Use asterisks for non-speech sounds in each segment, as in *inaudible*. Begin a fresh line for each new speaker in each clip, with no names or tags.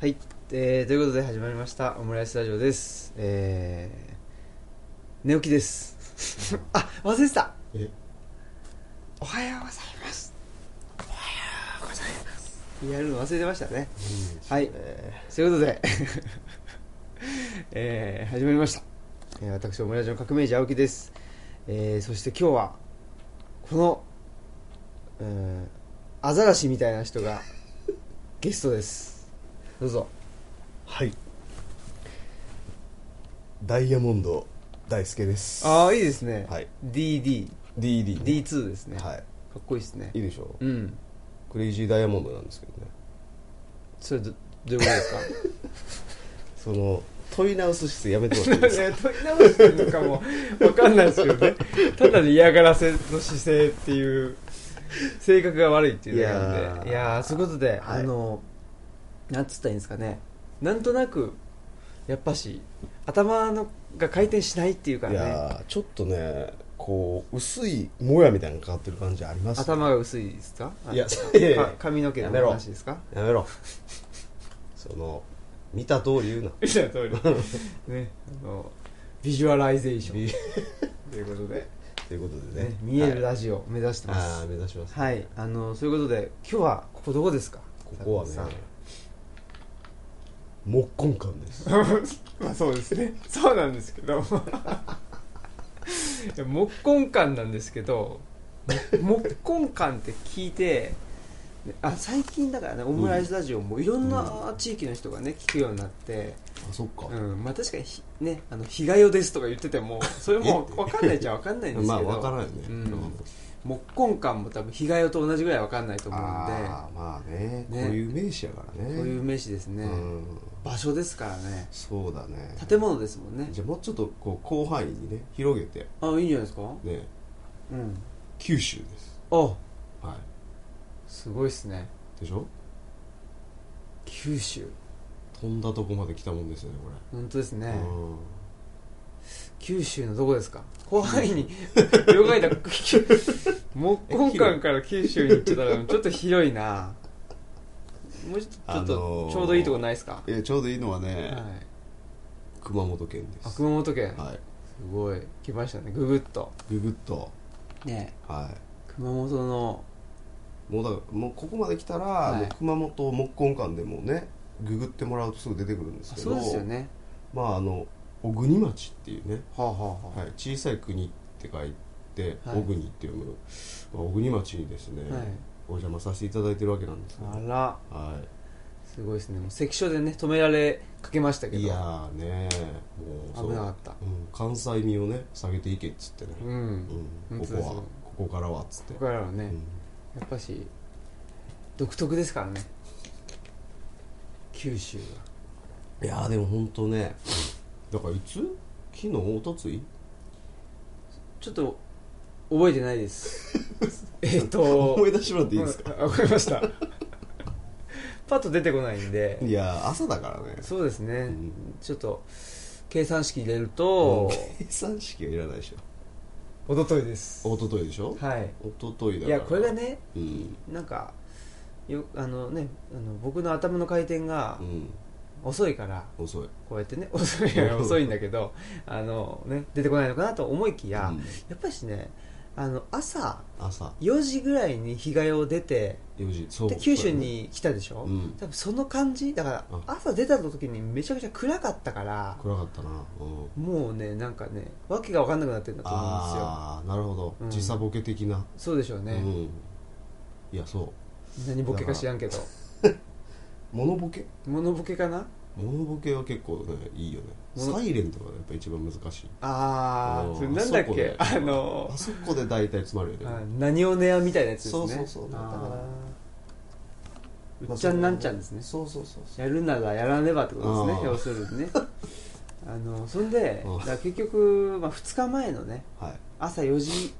はい、えー、ということで始まりましたオムライスラジオですえー、寝起きです *laughs* あ忘れてた
え
おはようございますおはようございますやるの忘れてましたねはいということで *laughs* えー、始まりました、えー、私オムライスの革命児青木です、えー、そして今日はこのうーんアザラシみたいな人がゲストですどうぞ
はいダイヤモンド大輔です
ああいいですね、
はい
DDD2
DD ね
ですね、
は
か
い
っこいいですね
いいでしょう
うん
クレイジーダイヤモンドなんですけどね
それどどういうことですか
その問い直す質やめても
*laughs*
らっていいですか
問い直してるのかも分かんないですけどねただの嫌がらせの姿勢っていう性格が悪いっていうだけなんでい
いやー
やーそういうことで、
はい
あのなんつったらいいんですかねなんとなくやっぱし頭のが回転しないっていうか
い
ね
やーちょっとねこう薄いもやみたいなのかかってる感じあります
頭が薄いですか
いや
か
そういやいや
髪の毛の
やめろ
話ですか
やめろその見た通り言うな
*laughs* みたいな通りねあのビジュアライゼーションということで、
ということでね
ね、見える
はい
ラジオを目指してま
ああ
す
目指します
はい、あのそういうことで今日はここどこですか
ここはね
佐藤
木根館です
さん *laughs* まあそうですねそうなんですけど *laughs* いや木根館なんですけど木根館って聞いてあ最近だからねオムライスラジオもいろんな地域の人がね聞くようになって、
あそっか
うんまあ、確かにひ、ね、あの日が代ですとか言っててもそれも分かんないっちゃ分かんないんですけど
*laughs* まあわからないね、
うん木根館も多分日が代と同じぐらい分かんないと思うんで
ああまあね
ね
こういう名詞やからね
こういう名詞ですね、
うん
場所ですからね
そうだね
建物ですもんね
じゃあもうちょっとこう広範囲にね広げて
あいいんじゃないですか
ね
うん
九州です
あ
は
すごいっすね
いでしょ
九州
飛んだとこまで来たもんですよねこ
本当ですね、
れ、うん
九州のどこですか広範囲に *laughs* 両替だ木根館から九州に行っちゃったらちょっと広いなもうちょっと,、
あのー
ちょっとちょうどいいとこないですか、
えちょうどいいのはね、
はい、
熊本県で
あ
す
熊本県、
はい
すごい来ましたねググッと
ググっと
ね
は
熊本の
いもうだからもうここまで来たら、
い
もう熊本木根館でもねググってもらうとすぐ出てくるんです
あ
け
そ
ど
うですよね
まああの小国町っていうね
はあはあはあ、
はい、小さい国って書いて
はい
小国って読む、まあ小国町にですね、
はい
お邪魔させていただいてるわけなんですけど、
あら
は
すごいですねもう関所でね止められかけましたけ
い、
ど
いやーねもうそう
危なかった
うん、関西味をね下げていけっつってね、
う
うんん
本当で
ここ
す
は
よ
ここからはっつって
ここからはね、
うん
やっぱし独特ですからね九州が
いやーでも本当ねだからいつ昨日おとつい
ちょっと覚えてないです
*laughs*
えっと
思い出しもらっていいですか、
かわかりました *laughs* パッと出てこないんで
いやー朝だからね
そうですね、
ん
ちょっと計算式入れると、
計算式はいらないでし
一昨日です
ょおとといでしょ
はい
おとといだ
い
から
やこれがね
うん
なんかよあのねあの僕の頭の回転が
うん
遅いから
遅い
こうやってね遅い遅いんだけどあの、ね、出てこないのかなと思いきや、
うん
やっぱりしねあの朝
朝
4時ぐらいに日帰りを出て
4時そう
で九州に来たでしょ、
うん
多分その感じだから
うん
朝出た時にめちゃくちゃ暗かったから
暗かったな、うん、
もうねなんかねわけが分かんなくなってるんだと思うんですよ
ああなるほど、
うん
時差ボケ的な、
そうでしょう
う
ね、
ん、いやそ
何ボケか知らんけど
うモノボケ
モノボケかな
モノボケは結構ねいいよね
モノ
サイレンとかがやっぱ一番難しい
あ
う
あそれなんだっ
そこ
け
で
あの
あそこで大体詰まるよね
あ何をねやみたいなやつですね
そうそうそうだから
うっちゃんなんちゃんですね
そうそうそうそう
やるならやらねばってことです
あ
ね
ー
要する
*laughs*
にねあのそんで
うん
だから結局、まあ、2日前のね
はい
朝4時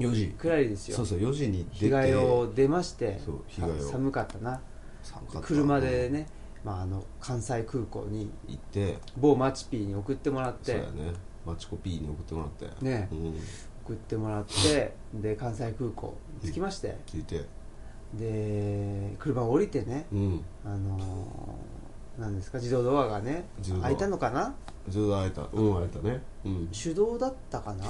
4時
くらいですよ
そうそう4時に
日
出て
帰りを出まして
そう日帰
さ
りを
寒かったな
寒かった
車でね、まあ、あの関西空港に
行って
某マチピーに送ってもらっ
そう
て
やねマチコピーに送ってもらって
ね
うん
*laughs* 送ってもらってで関西空港着きまして、
聞いて
で車を降りてね
うん
あのーなんですか自動ドアがね
自動ドア
開いたのかな
ちょうど会えたうん会えたねうん
手動だったか *laughs* な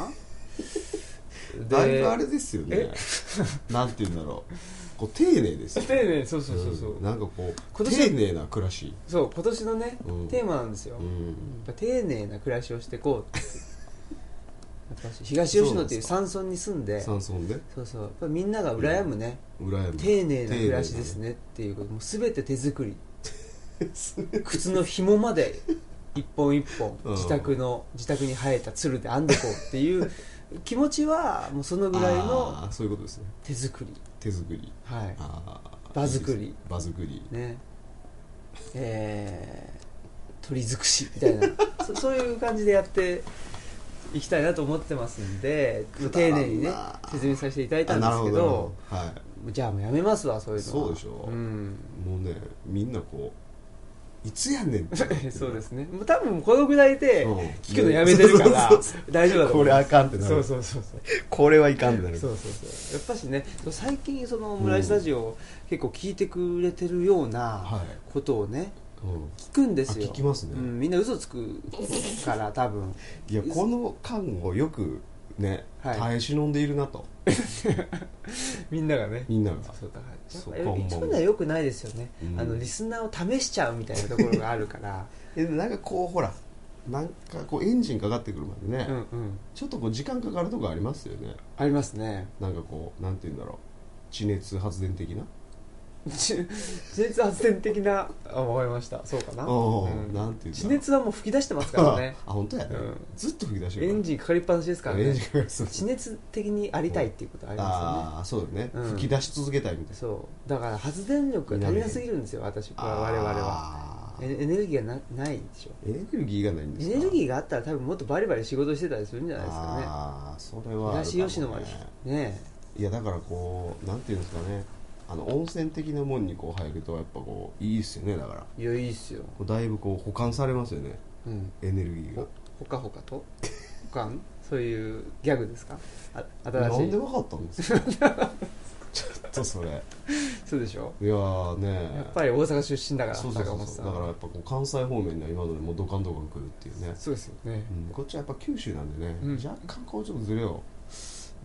だいぶあれですよね *laughs* なんて言うんだろうこう丁寧ですよ
丁寧にそうそうそうそう、
んなんかこう
今
丁
年は
寧な暮らし
そう今年のね、
うん
テーマなんですよ、
う
や
ん
っぱ丁寧な暮らしをしていこ *laughs* うってやっぱ東吉野っていう山村に住んでそう
山村で
そうやっぱみんなが羨むね、
羨む
丁寧な暮らしですねっていうこともう全て手作
*laughs*
り靴の紐まで一本一本
うん
自宅の自宅に生えた鶴で編んでこうっていう気持ちはもうそのぐらいの
あーそういうことですね
手作り
手作り
はい
あー
場作り
いいですね場作り
ねえー、鳥尽くしみた
*laughs*
いなそそういう感じでやっていきたいなと思ってますんで丁寧にね
あー
説明させていただいた
あ
んで
なる
す
ほ
け
ど
ど
なるほどは
じゃあもうやめますわそういうのは
そうでしょ
うん、
いもうねみんなこういつやねんって
*laughs* そうですねもう多分このぐらいで
うん
聞くのやめてるから
そうそう
大丈夫だと思う
これあかんってなる
そうそうそうそう
これはいかんってなる
そうそうそうやっぱしね最近その村井スタジオを結構聞いてくれてるような
はい
ことをね
うん
聞くんですよ
あ聞きますね
うん、みんな嘘つくから多分
いやこの間をよくね
はい
耐え忍んでいるなと
みんながね
みんなが
そうだ
そう
からやっぱ
こんばんは
そういうのはよくないですよね、
うん
あのリスナーを試しちゃうみたいなところがあるから
*laughs* えでもなんかこうほらなんかこうエンジンかかってくるまでね、
うんうん
ちょっとこう時間かかるとこありますよね
ありますね
なんかこうなんて言うんだろう地熱発電的な
地熱発電的なあわかりましたそうかな,、
おーなんていうんだ
地熱はもう吹き出してますから
*laughs*
ね
あ本当やね、
うん
ずっと吹き出して
エンジンかかりっぱなしですから
エン
ね
ジンかかるそう
地熱的にありたいっていうことありますよね
ああそうだ
う
ね、
ん
吹き出し続けたいみたいな
そうだから発電力が足りなすぎるんですよ私我々は
あ
エ
ー
ネエネルギーがなないでしょ
エネルギーがないんで
エ
すか
ネルギ
ー
ーがあったら多分もっとバリバリ仕事してたりするんじゃないですかね
ああそれはあるかもね
東吉野までね
いやだからこうなんていうんですかねあの温泉的なもんにこう入るとやっぱこういいっすよねだから
えいやいいっすよ、
こうだいぶこう保管されますよね
うん、
エネルギーが
ほほかほか
*laughs*
とほかんそういうギャグですかあ新
な
し
ん
い
でわかったんです
*laughs*
かちょっとそれいや
そうでしょ
ーね
やっぱり大阪出身だから
そうそうそうそ
高
うだから
本
やっぱこう関西方面には今のでもうドカンドカン来るっていうね
さん、そうですよね
うん、こっちはやっぱ九州なんでね、
うん
若干こうちょっとズレをやっ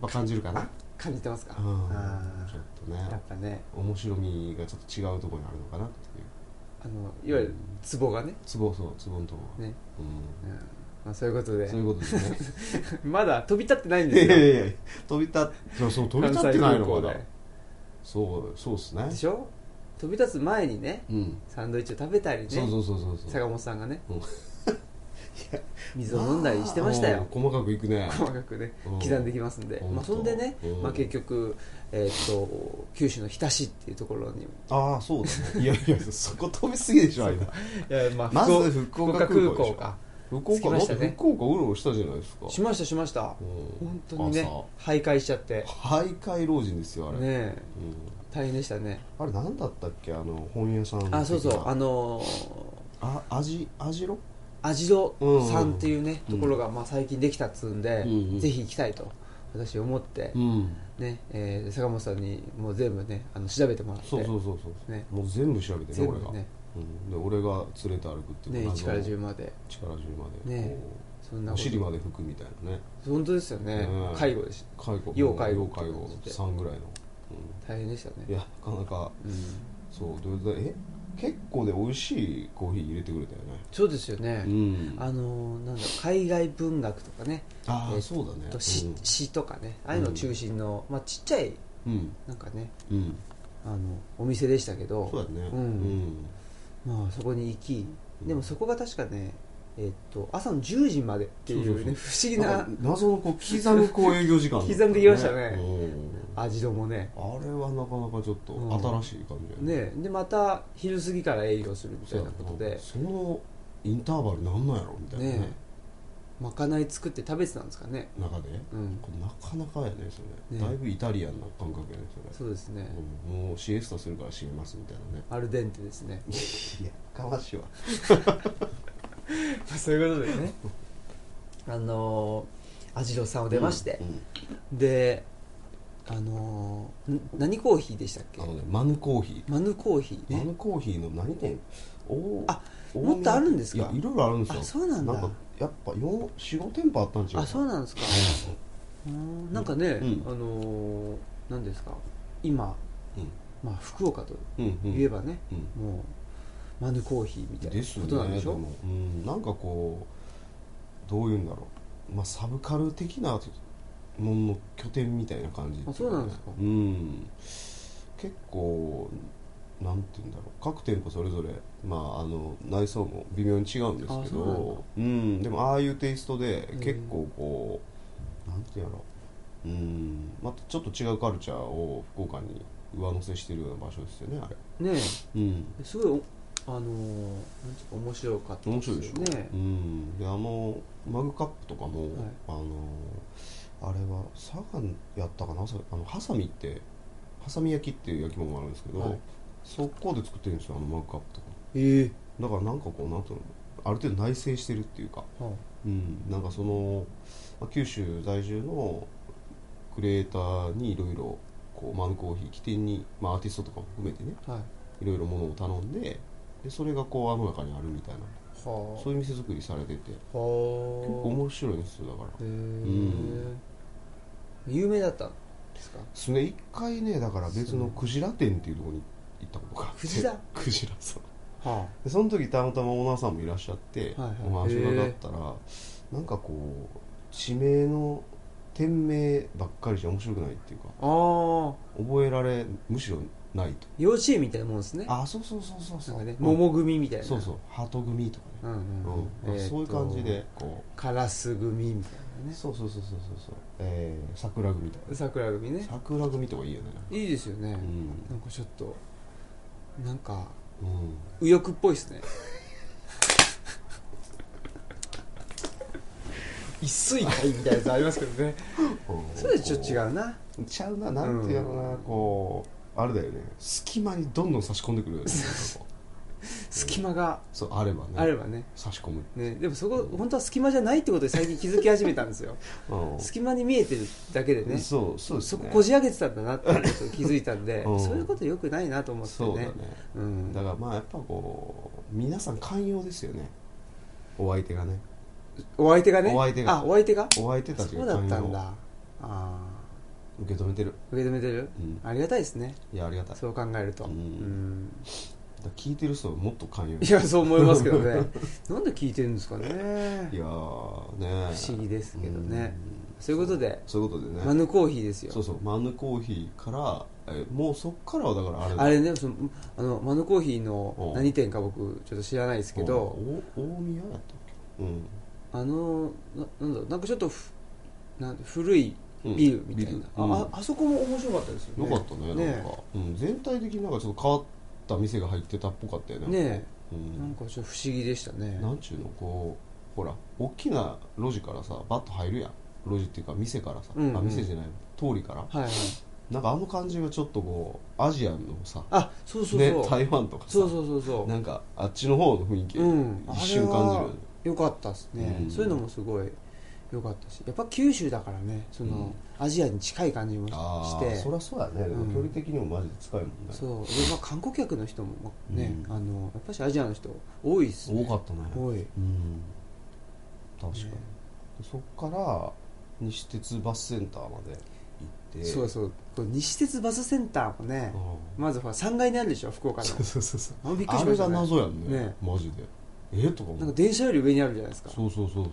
ぱ感じるかな
感じてますか
うん
あ
ちょっと
ーや
ね
っぱね
面白みがちょっと違うところにあるのかなっていう
あのいわゆるツボがね
ツボそうツボのところが
ね、う
うん
まあ、そういうことで
ん、そういうことですね
*laughs* まだ飛び立ってないん
い
で
やいや
すよ
いや飛び立っそうそう飛び立ってないのかなそうそうっすね
でしょ飛び立つ前にね
うん
サンドイッチを食べたりね
そうそうそうそうそう
坂本さんがね *laughs*
うん
水を飲んだりしてましたよ
あー細かくいくね
細かくね
うん
刻んできますんで、
本当
まあ、そんでね、
うん
まあ、結局、えーっと九州の日田市っていうところに
*laughs* ああそうだねいやいやそこ飛びすぎでしょ間
いや、ま
まず福岡空港でしょ
か
福
着き
岡
ま
だ
し
ったて
ね
福岡うろうろしたじゃないですか
しましたしました
うん
本当にね
朝
徘徊しちゃってね
徘徊老人ですよあれ、
え
うん、
大変でしたね
あれ何だったっけあの本屋さん
あそうそうあ
あ
の
あ味味ろ
味堂さんっていうね、
うん
ところが、まあ、最近できたっつうんで、
うんうん
ぜひ行きたいと私思って、
ん
ねえー坂本さんにもう全部ねあの調べてもらって
そうそうそうそう、
ね
もう全部調べてね
全部
俺が、
ね
うん、で俺が連れて歩くっていう
ね、
謎の
1から10まで
力中まで、
ねそん
こ
なこ
うお
と
尻まで拭くみたいなね
本当ですよね、
うん
介護でし
介護
要介護
要介護3ぐらいの、
大変でした
うん、い
ね
やなかなか
うん
そうどれだえ結構で美味しいコーヒー入れてくれたよね
そうですよね、
うん
あのーなんだろう海外文学とかね
あ
え
あ
ー
そうだね
と詩,、
うん
詩とかねああいうのを中心の、まあ、ちっちゃい
うん
なんかね
うん
あのお店でしたけど
そうだね
うんまあ、そこに行きでもそこが確かねえーっと朝の10時までっていうね
うん
不思
な
議
んか謎のこう刻むこう営業時間だったね
刻んできましたね
うん
な味どもね
あれはなかなかちょっ
うん
と新しい感じだよ
ねでまた昼過ぎから営業するみた
そう
い
や
な
な
ことで
そのインターバルなんなんやろみたいな
ね
ね
まかない作って食べてたんですかね
中で
うん
これなかなかやねそれ
ね
だいぶイタリアンな感覚やねそ
そ
れ
うですね、
うんもうシエスタするから閉めますみたいなね
アルデンテですね
いやかわしいわ
そういうことで
*laughs*
ねあのー、アジロさんを出まして、であのーん何コーヒーでしたっけ
あのねマヌコーヒ
マヌコーヒ
ー
ー
マ
ね
ヌコーヒーの何店お
あ
大
もっとあるんですか
いやいろいろあるんですよ
あそうなんだ
かやっぱ45店舗あったんちゃう
あそう
う
なんですかうんなんかね、
うん
あのー何ですか今、
うん
まあ、福岡と
うんうん
いえばね、
うん
もうマヌコーヒーみたいな
ですよ
こと
ね
なんでしょ
もうん、なんかこうどういうんだろう、まあ、サブカル的なものの拠点みたいな感じ
あそうなんですか
うん結構なんていうんだろう各店舗それぞれ、まあ、あの内装も微妙に違うんです
あ
け
そうなんだ
どうんでもああいうテイストで
うん
結構こう、なんていうんだろううんまたちょっと違うカルチャーを福岡に上乗せしてるような場所ですよねあれ
ね
うん
えすごいおあのーなんていうか面白かった
面
です
白
よ
いでしょ、
ね
うん、であのマグカップとかも、
はい
あのあれは佐賀やったかなさあのハサミってハサミ焼きっていう焼き物があるんですけど、
はい
そこで作ってるんですよあのマグカップとか
ええ
だからなんかこうなんていうのある程度内製してるっていうか、
は
うん、なんかその、まあ、九州在住のクリエイターにいろいろこうマンコーヒー起点に、まあ、アーティストとかも含めてね
あはい
いろいろものを頼んででそれがこうあの中にあるみたいな
は
そういう店作りされてて
あはあ
結構面白いんですよだから
へえ、
ん
有名だったんですか
すね一回ねだから別のクジラ店っていうところに行ったことがあって
クジラ
クジラそう
は
でその時たまたまオーナーさんもいらっしゃって、
はいはい
お話伺ったらなんかこう地名の店名ばっかりじゃ面白くないっていうか
あああ
覚えられむしろないと
幼稚園みたいなもんですね
あそうそうそうそう
な
そ
ん
う
かね
うん
桃組みたいな
そうそうハート組とか
う
ね、
んうんうん
うん
えーと
そういう感じでこ
カラス組みたいな
う
ね
そうそうそうそうそうそう、えー、桜組とか
桜組ね
桜組とかいいよね
いいですよね、
ん
なんかちょっとなんか
うん
右翼っぽいです
*laughs*
ね一水会みたいなやつありますけどねそれはちょっと違うな
ちゃうななんていうのかな、
うん
こうあれだよね隙間にどんどん差し込んでくるよねこう
隙間が
そうあればね
あればね
差し込む、
ねでもそこ本当は隙間じゃないってことで最近気づき始めたんですよ
うん
隙間に見えてるだけでね
そうそうです
そこ
ね
こじ上げてたんだなっていうことに気づいたんで、
うん
そういうことよくないなと思って
そうだ
ね
ね
うん
だからまあやっぱこう皆さん寛容ですよねお相手がね
お相手がね
お相手が
あお相手が
お相手たち
そう
が
だっ
寛
た
容
ん
を
だあ
受け止めてる
ー受け止めてる、
うん
ありがたいですね
いやありがたいだか
そう考えると、
うん
うん
ら聞いてる人はもっと寛容
いやそう思いますけどね *laughs* なんで聞いてるんですかね
いやーね
不思議ですけどね
うん
そういうことで
そういうことでね
マヌコーヒーですよ
そうそうマヌコーヒーからえもうそっからはだからあれだ
あれねそのあのマヌコーヒーの
うん
何店か僕ちょっと知らないですけど
お大宮やったっけうん
あのななんだろうなんかちょっとふなん古いビルみたいな、
うんビル
あああそこも面白かったですよ
よ
ね
かったねなんか、うん、全体的になんかちょっと変わった店が入ってたっぽかったよね
ねね
う
えなん
ん、
かちょっと不思議でしたね
なんちゅうのこうほら大きな路地からさバッと入るやん路地っていうか店からさ、
うんうん
あ店じゃない通りから
はいはい
なんかあの感じがちょっとこうアジアのさ
あそうそうそう、
ね、台湾とかさ
そうそうそうそう
なんかあっちの方の雰囲気、
うん
一瞬感じるよね
よかったですね、
うん
そういうのもすごいよかったしやっぱ九州だからねその、
うん
アジアに近い感じも
あ
し
あ
て
そりゃそうやね、
うん
距離的にもマジで近いもんね
そうで、まあ、観光客の人もまあね、
うん
あのやっぱしアジアの人多いっすね
多かったね
多い
うん確かに、
ね
そっから西鉄バスセンターまで行って
そう
す
そうこう西鉄バスセンターもね、まずほら3階にあるでしょ福岡の
そうそうそうそう
あびっくり
あ
しま
れ
した
が
ね
謎やんね
ね
マジでえとか
なん
思
か
う
電車より上にあるじゃないですか
そうそうそうそう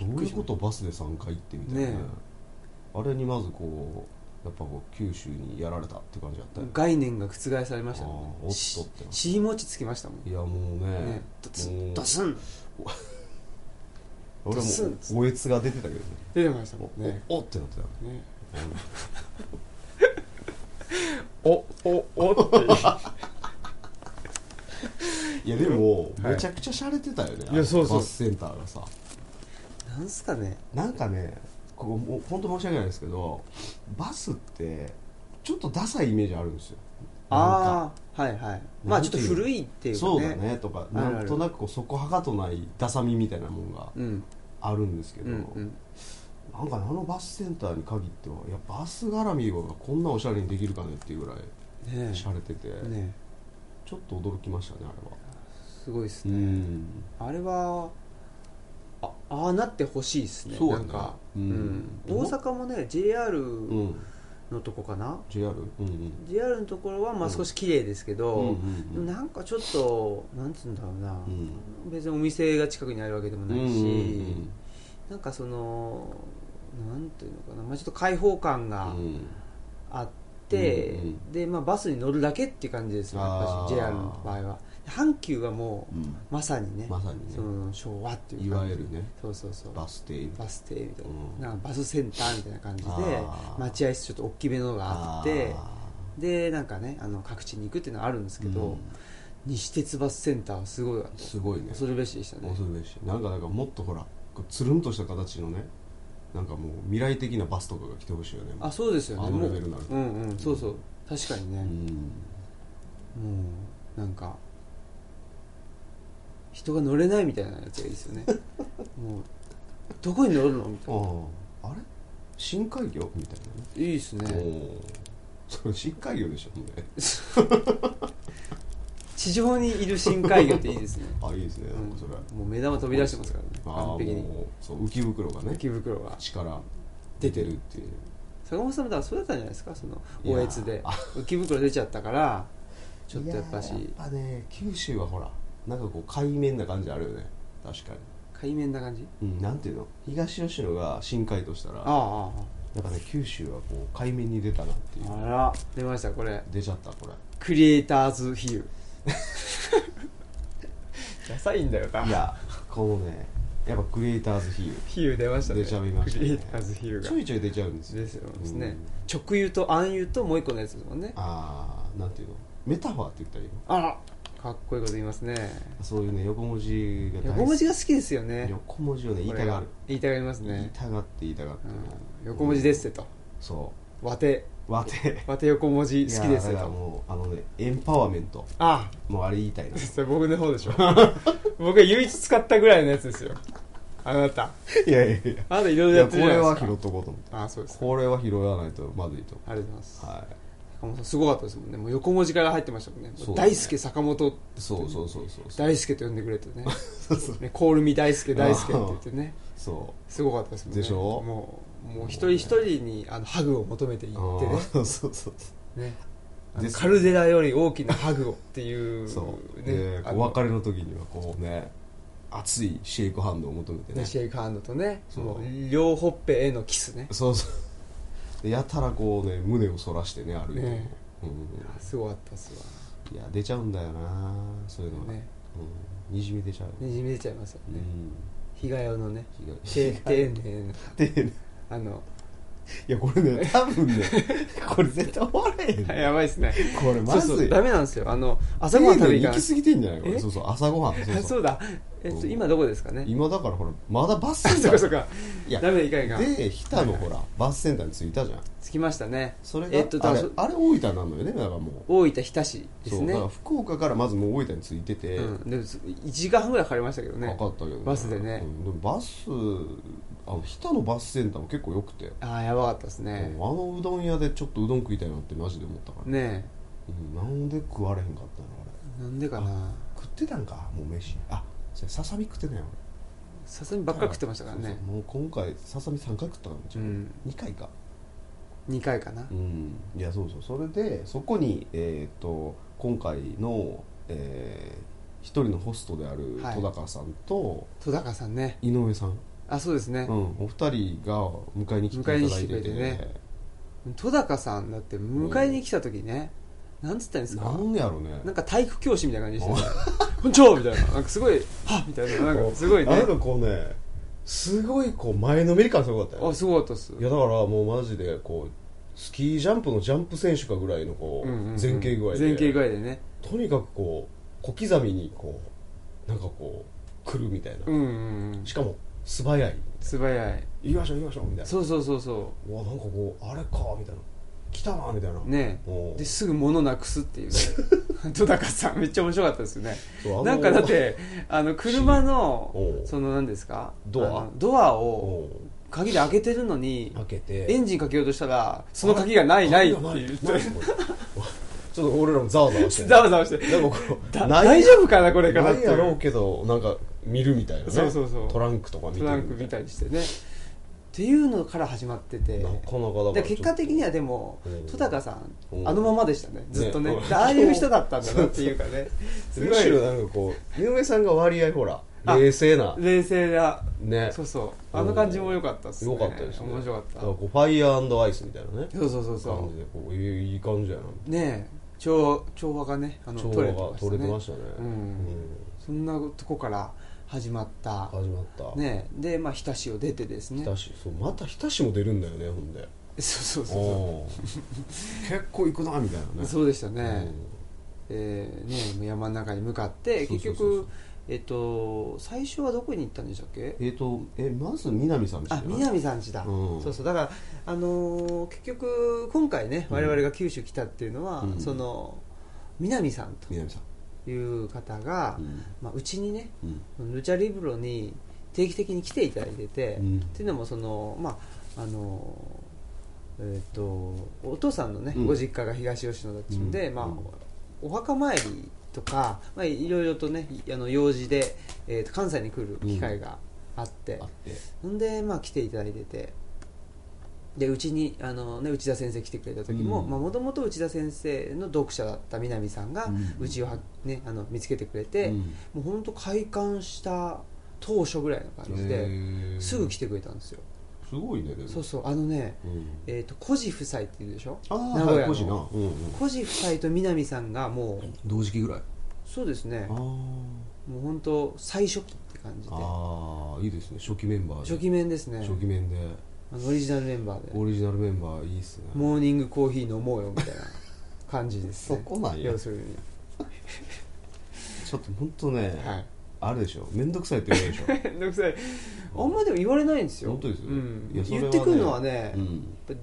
そうどういうことバスで3回行ってみたいなね
ね
あれにまずこうやっぱこう九州にやられたって感じだったよね
概念が覆されましたも
あー
んね
おっと
し
ってな
尻餅つきましたもん
いやもうね
ねドツ
も
ン
う
ドスン
俺
ドスン
もおえつが出てたけどね
出てましたもんね
おおってなってたよ
ね
うん
おおおっていう
*laughs* いやでも、
はい
めちゃくちゃ洒落てたよね
いやそうそう
バスセンターがさ
なんすかね
なんかねここもう本当申し訳ないですけどバスってちょっとダサいイメージあるんですよなんか
ああはいはいまあちょっと古いっていうかね
そうだねとか
あるある
なんとなくこうそこはかとないダサみみたいなもんが
うん
あるんですけど、
うんうん
あなんかねあのバスセンターに限ってはやっぱバス絡みはこんなおしゃれにできるかねっていうぐらい
ね
しゃれてて、
えね
ちょっと驚きましたねあれは
えすごいです
う
ね、
ん
あれはあああなってほしいですね
そうや
な
なん
か、
う
うんん大阪もね JR
うん
のとこかな、
JR うんうん
JR のところはまあ
うん
少し綺麗ですけど、
うん
でもなんかちょっとなんて言うんだろうな、
うん
別にお店が近くにあるわけでも
う
なんいし、
うん
なんかそのなんていうのかな、まあ、ちょっと開放感
う
が
ん
あって、
うん
でまあ、バスに乗るだけっていう感じですよやっぱ
あー
り JR の場合は阪急はもう
うん
まさにね、
まさにね
その昭和ってい
いう
感
わ
じ
ゆるね
そうそうそう
バス停
バス停みたいな,、
うん
なんかバスセンターみたいな感じで
あー
待合室ちょっと大きめのがあって
あ
でなんかねあの各地に行くっていうのはあるんです
ー
けど、
うん
西鉄バスセンターはすごい
すごいね
恐るべしでしたね
恐るべしなんかなんかもっとほらこうつるんとした形のねなんかもう未来的なバスとかが来てほしいよね
あそうですよね
あのレベルに
も
なる
ううんうんそうそう確かに
う
ね、
ん
もうなんか人が乗れないみたいなやつがいいですよ
*laughs*
ねもうどこに乗るのみたいな
あああれ深海魚みたい
いいです
なね
ね
おーそれ深海魚でしょね
地上にいる深海魚っていいですね
*laughs* あいいですねなんかそれ、
うんもう目玉飛び出してますからね
あ
完
あ
璧に
もうそう浮き袋がね
池袋は
力
出てる
っていう
坂本さんもだからそうだったんじゃないですかその
いや
おえつで浮き袋出ちゃったからちょっとやっぱし
いやーやっぱね九州はほらなんかこう海面な感じあるよね確か
海面な感じ
に、うん、なんていうの東吉野が深海としたら
あああ
やっぱね九州はこう海面に出たなってい
あ
う
ああら出ましたこれ
出ちゃったこれ
クリエイターズ比喩 *laughs* ダサいんだよない
やこのねやっぱクリエイターズ比
比喩出ましたね
出ちゃいましたね
クリエイターズ比喩
喩
が
ちょいちょい出ちゃうんですよ
ですよですね、
うん
直喩と暗喩ともう一個のやつですもんね
ああなんていうのメタファーって言ったらいいの
あらかっこいいこと言いますね
そういうね横文字が大好き
横文字が好きですよね
横文字をね言い
こ
た
れ
がる
言いたがります
言い
ね、
たがって言いたがってね
うん横文字ですってと
そ
和手
うわて
和手横文字好きですよ
いやだから
と
もうあのねエンパワーメント
あ
もうあれ言いた *laughs* いな
それ僕の方でしょ *laughs* 僕が唯一使ったぐらいのやつですよあなた
いやいやい
あなたいろ
や
いろやっ
いや
て
こ
るじゃな
れ
いです
は
か
拾っとこうと思って
あそうですか
これは拾わないとまずいと
ありがとうございます
は
坂本さんすごかったですもんねもう横文字から入ってましたもんね
そう
大輔坂本
いそうそうそうそうそう
大輔と呼んでくれてね
*laughs* そう
ねコールミ大輔大輔って言ってね
そ
すごかったですもんね
でしょ
もうもう一人一人にあのハグを求めていっ
う
て
あーそうそうそう
ねねあの
です
カルデラより大きなハグをっていう
そう
ね
で
あ
お
の
別れの時にはこうね熱いシェイクハンドを求めてね
ねシェイクハンドとね
そう
もう両ほっぺへのキスね
そうそうでやたらこうね胸を反らしてね歩いて
ね
うん
すごかったっす
いや出ちゃうんだよなそういうの
わ
が、
ね
うん、にじみ出ちゃう、
ねじみ出ちゃいますよ
う
ね
ん
日替えのね
気
丁
が
丁寧な
でね
あの
いやこれ
*laughs*
ね多分ねこれ絶対終われへんね
やばいっすね
これま
そう
ず
そ
い
うダメなんですよあの朝ごはん食べに行か
行き
ない
過ぎてんじゃないこれ
え
そうそう朝ごはんそう
あ *laughs*
そ
そううだえっと今どこですかね
今だからほらまだバス
あ
センタ
*laughs* そうかそ
ー
うか
いや
ダメだいかんいかん
で日田のほらバスセンターに着いたじゃん
着きましたね
それが、
えっとだ
あ
から
れ
そ
あれ大分なのよねだからも
大分日田市で
うそ
す
う
ね
だから福岡からまずもう大分に着いてて、
うんでもす1時間半ぐらいかかりましたけどね
分かったけど、
バスでね
うんでもバスあの日田のバスセンターも結構良くて、
ああやばかったです
う
ね
んあのうどん屋でちょっとうどん食いたいなってマジで思ったから、
ね
うん、なんで食われへんかったの
え
あれ
なんでかな
食ってたんかもう飯あそれささみ食ってない俺
さすがにばっかり食ってましたから
そう
ね
そうもう今回ささみ3回食ったのちょ、
うん
2回か
2回かな
うんいやそうそうそれでそこにえーっと今回の、えー一人のホストである
はい
戸高さんと
戸高さんね
井上さん、
あそうですね
うん、お二人が迎えに来ていただい
迎え
て
に来てくれ
て
てね戸高さんだって迎えに来た時ねなんつったんです
な
か
んやろね
なんか体育教師みたいな感じでしたね *laughs* 「こんにちは」みたいななんかすごい「はっ」みたいななんかすごい
あ
ね
なんかこうねすごいこう前のめり感すごかったよ
あすごかったっす
いやだからもうマジでこうスキージャンプのジャンプ選手かぐらいのこう
うんうんうん
前傾具合で
前傾具合でね
とにかくこう小刻みにこうなんかこう来るみたいな、
うんうんうん
しかも素早い
素早い
行きましょう行きましょうみたいな
そうそうそうそう
わなんかこうあれかみたいな来たなみたいな
うね
おう
ですぐ物なくすって
*laughs*
いうね戸高さんめっちゃ面白かったですよね
そうあの
なんか
*laughs*
だってあの車の
おう
その何ですか
ドア
あのドア
お
を
う
鍵で開けてるのに
開けて
エンジンかけようとしたらその鍵がないないって言って
ないないこれちょっと俺らもざわざわして
*laughs*
る
ざわざわして
でもこう
だ
ない
大丈夫かなこれから
な
っ
い
て
やろうけどなんか見るみたいなね
そうそうそう
トランクとか見て
ト
る
ランク見たりしてねっていうのから始まってて
なかなかだから
で結果的にはでも
うん
戸高さん
うん
あのままでしたねずっとね
ね
でああいう人だったんだなっていうか
*laughs*
ねす
む
ご
しろ
い
なんかこう井上さんが割合ほら
あ
冷静な
冷静な
ね
そうそうあの感じも良かったっすね
良かったですね
面白かった
だらこうファイヤーアイスみたいなね
そうそうそう
感
そ
じでこういいいい感じやな
うねえ調調和がねあの
調
取れて
和
ま
が
した
取れて
ね
ましたね
うんそんなとこから始まった
うん始まった
ねえでまあ日田市を出てですね
日田市そうまた日田市も出るんだよねほんで
*laughs* そうそうそうそ
おー結構行くなみたいな
う
ね
そうでしたね、
うん
えーね、山の中に向かって
そう
結
そうそうそう
局、えっと、最初はどこに行ったんでしたっけ
えーとえまず南さんでした
あ南さんちだ、
うん
そうそうだから、あのー結局今回ね
うん
我々が九州来たっていうのは、
うん
その南さん
南さん
という方が
う、ん
まあ、うちにね
うん
ルチャリブロに定期的に来ていただいてて、
うん
っていうのもそのまああのえー、とお父さんのね、
うん
ご実家が東吉野だったので、
うん
まあ
うん、
お墓参りとか、まあ、いろいろとねいあの用事で、えーと関西に来る機会があって
あ、って
ん、で、まあ、来ていただいててでうちにあの、ね、内田先生来てくれた時も
うん
もともと内田先生の読者だった南さんが
うん
うちをは、ね、あの見つけてくれて、
うん
もう本当開館した当初ぐらいの感じ
へ
で
ー
すぐ来てくれたんですよ
すごいねでも
そうそうあのね、
うん
えー、と小路夫妻っていうでしょ
ああ
名古
は
屋の
い個人な、うんうん、
小路夫妻と南さんがもう
同時期ぐらい
そうですね
あー
もう本当最初期って感じで
あーいいですね初期メンバーで
初期面ですね
初期面で
あのオリジナルメンバーで
オリジナルメンバーいいっすね
モーニングコーヒー飲もうよみたいな感じです、
そ
ね、
こなんや
要するに
ちょっと本当ね、 *laughs*
はい
あれでしょ面倒くさいって言うでしょ
めんどくさいあんまでも言われないんですよ
本当ですよ
うん
いやそれ
言
はね
ってくるのは *laughs* ね、
う
やっ
ん
ぱ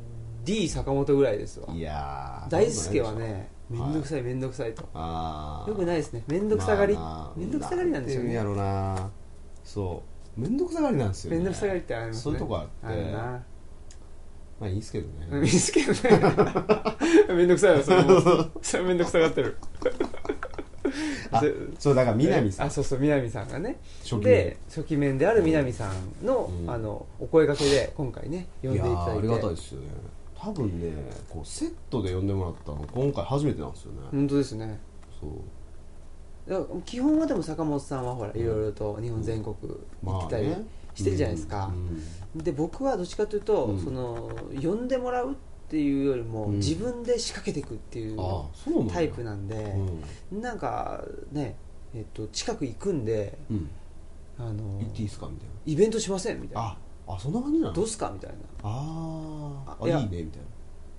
D 坂本ぐらいですわ
いやー
大輔はね
そん
面
な
倒く
んないでしょ
さい面倒くさいと
ああ
よくないですね面倒くさがり
まあ
面倒くさがりなんですよ
ていうんや
ね
ろうなそう面倒くさがりなんですよ、ね、
面倒くさがりってありますね
そういうとこあって
あるな
まあいいっすけど
うん
ね
見つけどね *laughs* めんどくさいわそれも *laughs* それめんどくさがってる *laughs*
あ
ぜ
*laughs* そうだから南さん
あそうそう南さんがね
初期
で初期面である南さんの,、
うん
あのお声掛けで今回ね呼んでいた
や
だい
ー
て
ありがたいですよね多分ねこうセットで呼んでもらったの今回初めてなんですよね、
本当ですね
そう
だから基本はでも坂本さんはほら
ん
いろいろと日本全国行
ま
っ
あ
たり
ね
してるじゃないですか、
うん
で僕はどっちかというと、
うん
その呼んでもらうっていうよりも、
うん
自分で仕掛けていくっていう
あそうなんだ
タイプなんで、
うん
なんかね、えっと、近く行くんで
うん
あの
行っていいっすかみたい
イベントしませんみたい
な
な
ああそんな感じなの
どうすかみたいな、
あー
いや
あいいねみたいな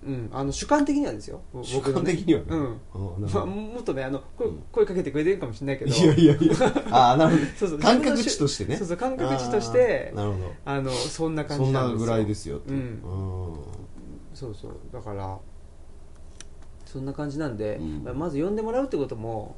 うん、あの主観的にはですよ僕
主
の
観
ね
的にはね
うん
あーなる
まあ、
ほど
もっとねあの声
うん
声かけてくれてるかもしれないけど
いやいやいやあーなるほど
そうそう
感覚値としてね
そうそう感覚値として
あーなるほど
あのそんな感
そ
じ
ん
な
なん
ですよ
ぐらいですよって
うん
う
そうそうだからそんな感じなんで、
うん
まず呼んでもらうってことも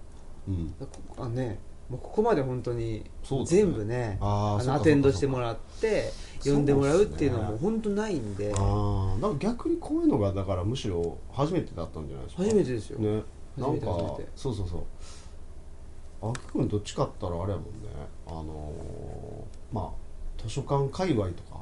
んうん
こあねもうここまで本当に
そうですね
全部ね
あー
あ
そう
の
か
アテンドしてもらって
そうか
呼んでもらうっていうのは
そう
もう
で
本
す
当ないんで
ああなんか逆にこういうのがだからむしろ初めてだったんじゃないですか
初めてですよ、
ねな
初
ん
めて
か
初めて
そうそうそう青木君どっちかって言ったらあれやもんねあのーまあ図書館界隈とか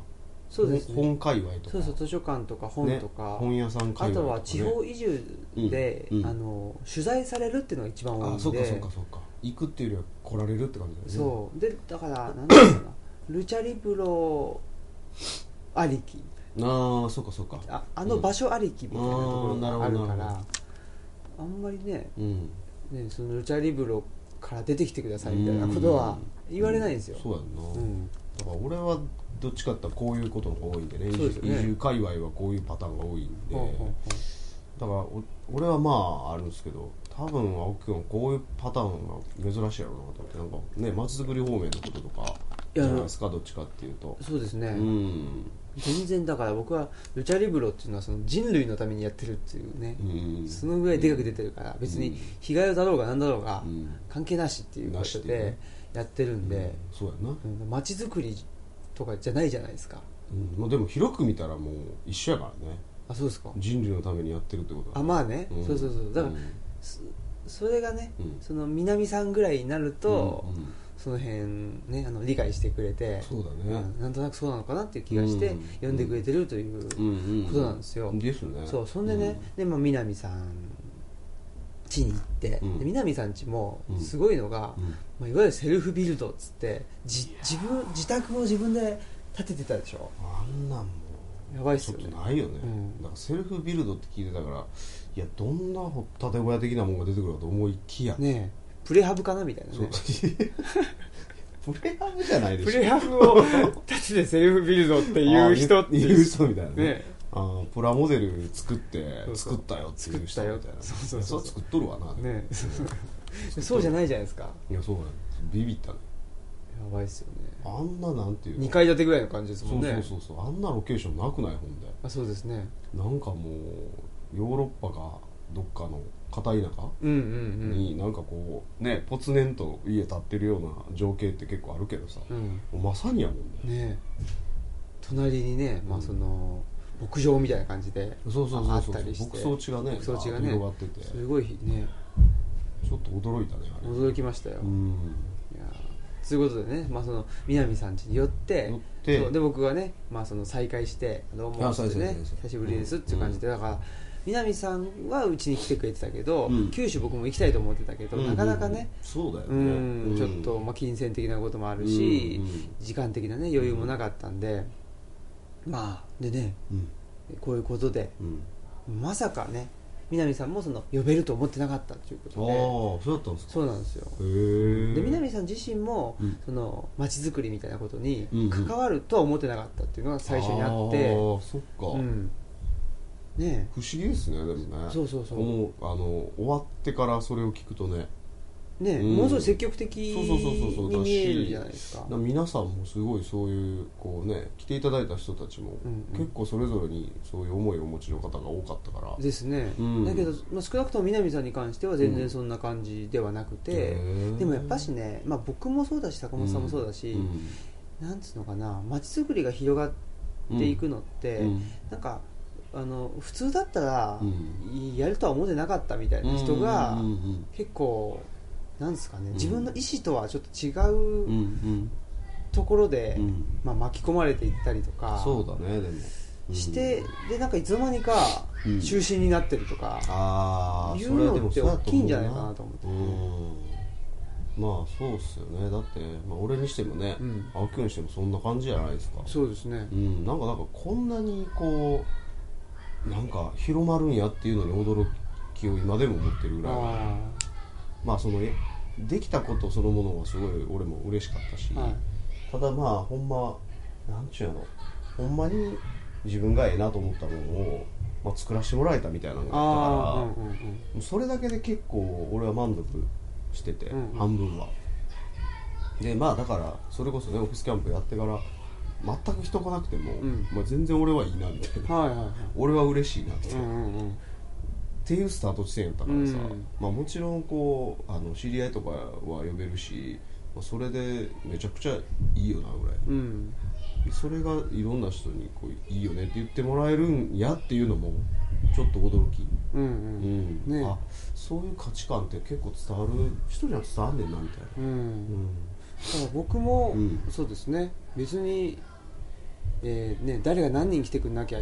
そうですね
本界隈とか
そうそう図書館とか本
ね
とか、
本屋さん
あ
界
と
隈かね
は地方移住で、
うんうん
あの取材されるっていうのが一番多いん
あ
で
そうかそうかそうか行くっていうよりは来られるって感じだよね
そうでだからなんだろうな *clears throat* ルチャリブロありき
ああそうかそうか
ああの場所ありきみたいなところがあるか
うんあーなるほどなる
らあんまりね
うん
ねそのルチャリブロから出てきてくださいみたいなことは言われないんですよ、
そうやんな、
うん
だから俺はどっちかって言ったらこういうことの方が多いんでね
そうですよね
移住界隈はこういうパターンが多いんで、
ほうほうほ
だからお俺はまああるんですけど多分青木君はこういうパターンが珍しいやろうなと思ってなんかね街づくり方面のこととかじ
や
ゃないですかどっちかっていうと
うそうですね、
うん
全然だから僕はルチャリブロっていうのはその人類のためにやってるっていうね
う、ん
そのぐらいでかく出てるから別
うん
に被害だろうが何だろうが
うん
関係なしっていうこ
なし
と
っていう
で
ね
やってるんで、
そうやな
うん街づくりとかじゃないじゃないですか
うんまあ、でも広く見たらもう一緒やからね
あそうですか
人類のためにやってるってことだ
あまあね、
ん
そうそうそうだから、
ん
そそれがね、
うん
その南さんぐらいになると、
うんうん
その辺ねあの理解してくれて
そうだ
う
ね
んなんとなくそうなのかなっていう気がして、
うん
読んでくれてるという、
うんうん
ことなんですよ
ですね
そうそんでね、でまあ、南さん家に行って、
うん
で南さん家も
うん
すごいのが、
うんうん
まあ、いわゆるセルフビルドっつってじ自分自宅を自分で建ててたでしょ
あんなんも
やばいっ
ち
す
ょっ
よ
と
ね
ないよね、
うん
だからセルフビルドって聞いてたからいやどんなほ建て小屋的なもんが出てくるかと思いきや、
ねえプレハブかなみたいな
そう
ね
*laughs* プレハブじゃないでしょ
プレハブ *laughs* を立ててセルフビルドっていう人って
いう
いう
人みたいなね
ね
あープラモデル作って
そうそう
作ったよっていう人みたいな
作ったよそうそうそう
いやれ作っとるわな、
*laughs* ねそうじゃないじゃないですかや
いやそうだねビビったね
ばいっすよね
あんななんていうの
2階建てぐらいの感じです
そ
もん
う
ね
そうそうそうあんなロケーションなくないほんで
あそうですね
なんかもうヨーロッパかどっかの片田舎
うんうん
になんかこうねポツネンと家建ってるような情景って結構あるけどさ、
うんうん
もうまさにやもんね
ねえ隣にね、まあ、その牧場みたいな感じで
そうそう
あっ
そうそう
たりして
牧草地がね
牧草地がね
バーッと広がってて
すごいね
ちょっと驚いたねあれ
驚きましたよ、
う
い
ん
やーということでね、まあ、その南さん家に寄って
寄って
そうで僕がね、まあ、その再会して「どうも」
あ
っつって
そう
ね
そうそうそう
久しぶりです」っていう感じで、だから南さんはうちに来てくれてたけど、
うん
九州僕も行きたいと思ってたけど、
うん
なかなかね、
そうだよ
う
ね
ん
うん
ちょっと、まあ、金銭的なこともあるし、
うんうん
時間的な、ね、余裕もなかったんで、まあでね
うん
こういうことで
うん
まさかね南さんもその呼べると思ってなかったっていうこ
あ
とで
あそうだったんですか
そうなんですよ
へえ
で南さん自身も、
うん
その街づくりみたいなことに
うんうん
関わるとは思ってなかったっていうのが最初にあって、
あーそっか、
うんね
不思議ですねでもね
そうそうそう
もうあの終わってからそれを聞くとね
えねえ、
うん
ものすごい積極的に見えるじゃないですか
な皆さんもすごいそういうこうね来ていただいた人たちも、
うんうん
結構それぞれにそういう思いをお持ちの方が多かったから
ですね、
うん
だけど、まあ、少なくとも南さんに関しては全然そんな感じではなくて、
うん
でもやっぱしね、まあ、僕もそうだし坂本さんもそうだし、
うん
なんつうのかな街づくりが広がっていくのって、
うん
なんかあの普通だったら、
う
やるとは思ってなかったみたいな人が、
うんうん
結構なんですかね、
ん
自分の意思とはちょっと違
うんう
うんところで、
うんうん
まあ、巻き込まれていったりとか
そうだねでもうん
して、でなんかいつの間にか
うん
中心になってるとか、
ああ
いう
それはでもそうや
のって大
と思う
きいんじゃないかなと思って
うんまあそうっすよねだって、まあ、俺にしてもね、
うん
青木君にしてもそんな感じじゃないですか
そうですね
うん、なんかなんかこんなにこうなんか広まるんやっていうのに驚きを今でも持ってるぐらい
あ
まあそのえできたことそのものはすごい俺も嬉しかったし、
はい
ただまあほんまなんちゅうやろほんまに自分がええなと思ったものを、まあ、作らせてもらえたみたいなの
ー
があったから
あー、うんうんうん、
それだけで結構俺は満足してて、
うんうん
半分はでまあだからそれこそねオフィスキャンプやってから全く人来なくても、
ん
まあ、全然俺はいいなみたいな *laughs*
はいはいは
俺は嬉しいなみたい
い
な、
う
っ
んうんうん
ていうスタート地点やったからさ、
うん
まあ、もちろんこうあの知り合いとかは呼べるし、まあ、それでめちゃくちゃいいよなぐらい
うん
それがいろんな人にこういいよねって言ってもらえるんやっていうのもちょっと驚き
うん
うん
ね
あそういう価値観って結構伝わる人には伝わんねんなみたいな、
うんうん
う
ただ僕も、
うん
そうですね別に、えーね、誰が何人来てくんなきゃ、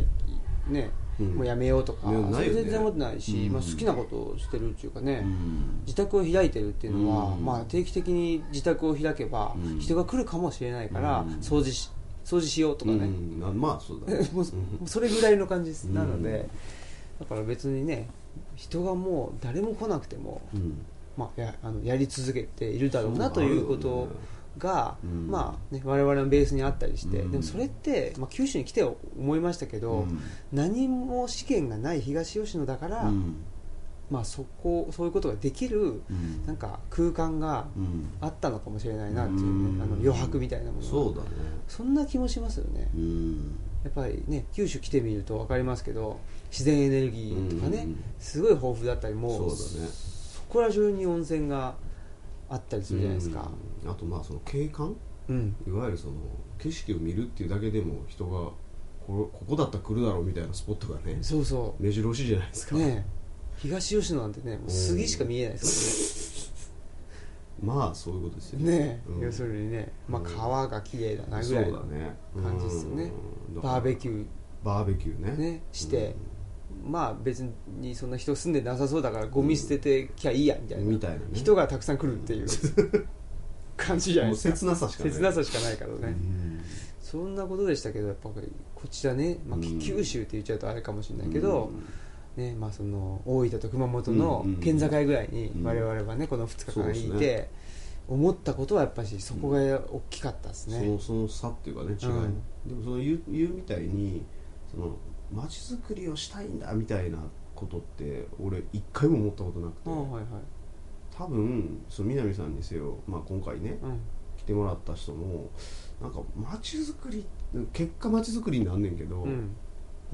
ね
うん
もうやめようとか、
ねないよね
それ全然思ってないし、
うん
まあ、好きなことをしてるっていうかね、
ん
自宅を開いてるっていうのは、
うん
まあ、定期的に自宅を開けば、
うん
人が来るかもしれないから、
うん
掃除し掃除しようとかね、
うんあまあそうだね
もうそれぐらいの感じです、
うん
なのでだから別にね人がもう誰も来なくても、
うん
まあ、やあのやり続けているだろうなということをが、
うん
まあね、我々のベースにあったりして、
うん
でもそれって、まあ、九州に来て思いましたけど、
うん
何も資源がない東吉野だから、
うん
まあ、そこそういうことができる
うん
なんか空間が
うん
あったのかもしれないなっていう、
うん
ね、あの余白みたいなものが
そうだね
そんな気もしますよね
うん
やっぱりね九州来てみると分かりますけど自然エネルギーとかね、
うん
すごい豊富だったりも
そうだね
そこら中に温泉があったりするじゃないですか、
うんあとまあその景観
うん
いわゆるその景色を見るっていうだけでも人がこここだったら来るだろうみたいなスポットがね
そうそ
目白押しじゃないです
う
か、
ねえ東吉野なんてねもう杉しか見えないです
まあそういうことです
か
よ
らねねえ、
うん
要するにね、まあ、
うん
川が綺麗だなぐ
そう
ら
だ
い、
ね
感じっすよね
うんだから
バーベキュ
バーベキューね
ーねして、まあ別にそんな人住んでなさそうだからゴミ捨ててきゃいいやみた
う
い
ん
な、
みたいなね
人がたくさん来るっていう
*laughs*
感じじゃない
も
で
う
すか
切なさしかない
切なさしかないからね、
うん
そんなことでしたけどやっぱりこちらね、まあ、
うん
九州って言っちゃうとあれかもしれないけど、ねまあ、その大分と熊本の県境ぐらいに
うん
我々はねこの2日
そう
間
で
い
す
て、
ね
思ったことはやっぱしそこが大きかったです
そ
ね、
のその差っていうかね違い、
う
でもその言う言うみたいにその街づくりをしたいんだみたいなことって俺一回も思ったことなくて、
うんはいはい
多分その南さんにせよ、まあ、今回ね
うん
来てもらった人もなんか街づくり結果街づくりになんねんけど、
うん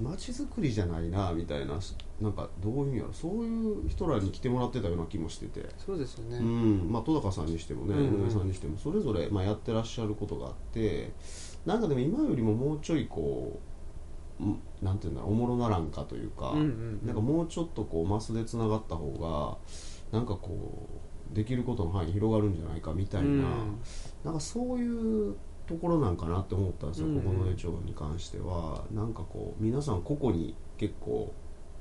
街づくりじゃないなみたいななんかどういうんやろそういう人らに来てもらってたような気もしてて、
そうですよね、
うんまあ、戸高さんにしてもね
うんうん
井上さんにしてもそれぞれ、まあ、やってらっしゃることがあってなんかでも今よりももうちょいこうんなんていうんだろうおもろならんかというか、
うんうんうん
なんかもうちょっとこうマスでつながった方がなんかこうできることの範囲広がるんじゃないかみたいな、
うん
なんかそういうところなんかなって思ったんですよ、
うんうん
ここの江町に関してはなんかこう皆さん個々に結構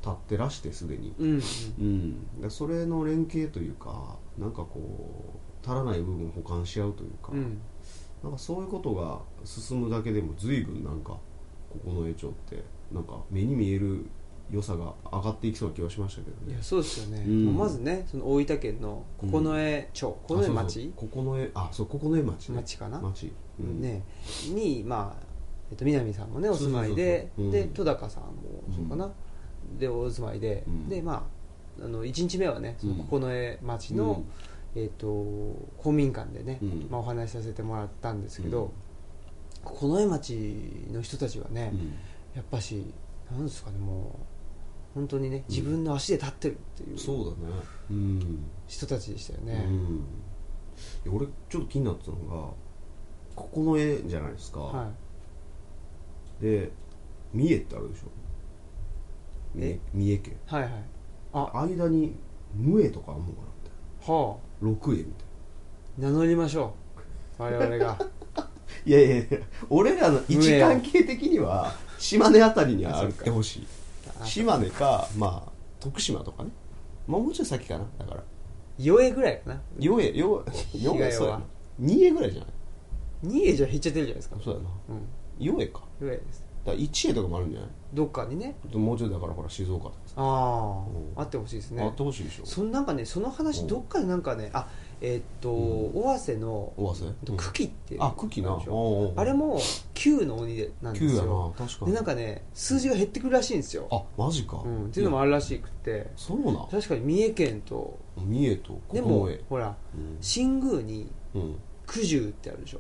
立ってらしてすでに、
うんうん
うん、だからそれの連携というかなんかこう足らない部分を補完し合うというか、
うん
なんかそういうことが進むだけでも随分なんかここの江町ってなんか目に見える良さが上がっていきそうな気がしましたけど
いや。
ね
そうですよね、
うん
もうまずねその大分県の九重町、
あ
九重
そうそう
町
ここの江あそうここの江町、ね、
町かな、
町、うん、
ね、に、まあえっと、南さんもねお住まいで
そうそうそう
で
うん
戸高さんもそうかな、でお住まいで、
うん
でまああの1日目はねその
うん
九重町の、えっと公民館でね、
うん
まあ、お話しさせてもらったんですけど、九重町の人たちはね、
うん
やっぱしなんですかねもう本当にね自分の足で立ってるっていう
そうだねうん
人たちでしたよ
う
ね、
んいや俺ちょっと気になってたのがここの絵じゃないですか、
は
で三重ってあるでしょ三
え
重三重県
い、はいはいあ
間に無絵とかあんのかなみたい
はあ
な六絵みた
名乗りましょう我々
*laughs*
が
いないやいやいや俺らの位
無
置
絵
関係的には島根あたりには
あ
あ
そ
っ
っか
てほしい
あ
島根かまあ徳島とかねまあもうちょい先かなだから
余えぐらいかな
四重 *laughs* 四重四
日が
重
代
そうや
は
な二重ぐらいじゃない
2絵じゃ減っちゃってるじゃないですか
そうやな
うん
四重か
ぐらいです
だから1位とかもあるんじゃない
どっかにね
もうちょいだからほら静岡とかさ、
あ
うん
ああってほしいです
あ
ね
ってほしいでしょ
そのなんかねその
う
話
ん
どっかでなんかねあえーっと
う
尾鷲の
尾鷲
えっと
うん
久喜っていう
あ茎な
あるでしょ
おうおう
あれも9の鬼でなんで
9
す
や
よ
な確か
で
に
なんかね数字が減ってくるらしいんですよ
あマジか、
うんっていうのもあるらしくて
いやそうな
確かに三重県と
三重とこ
で
こ
も
の絵
ほら
うん
新宮に
うん
九十ってあるでしょ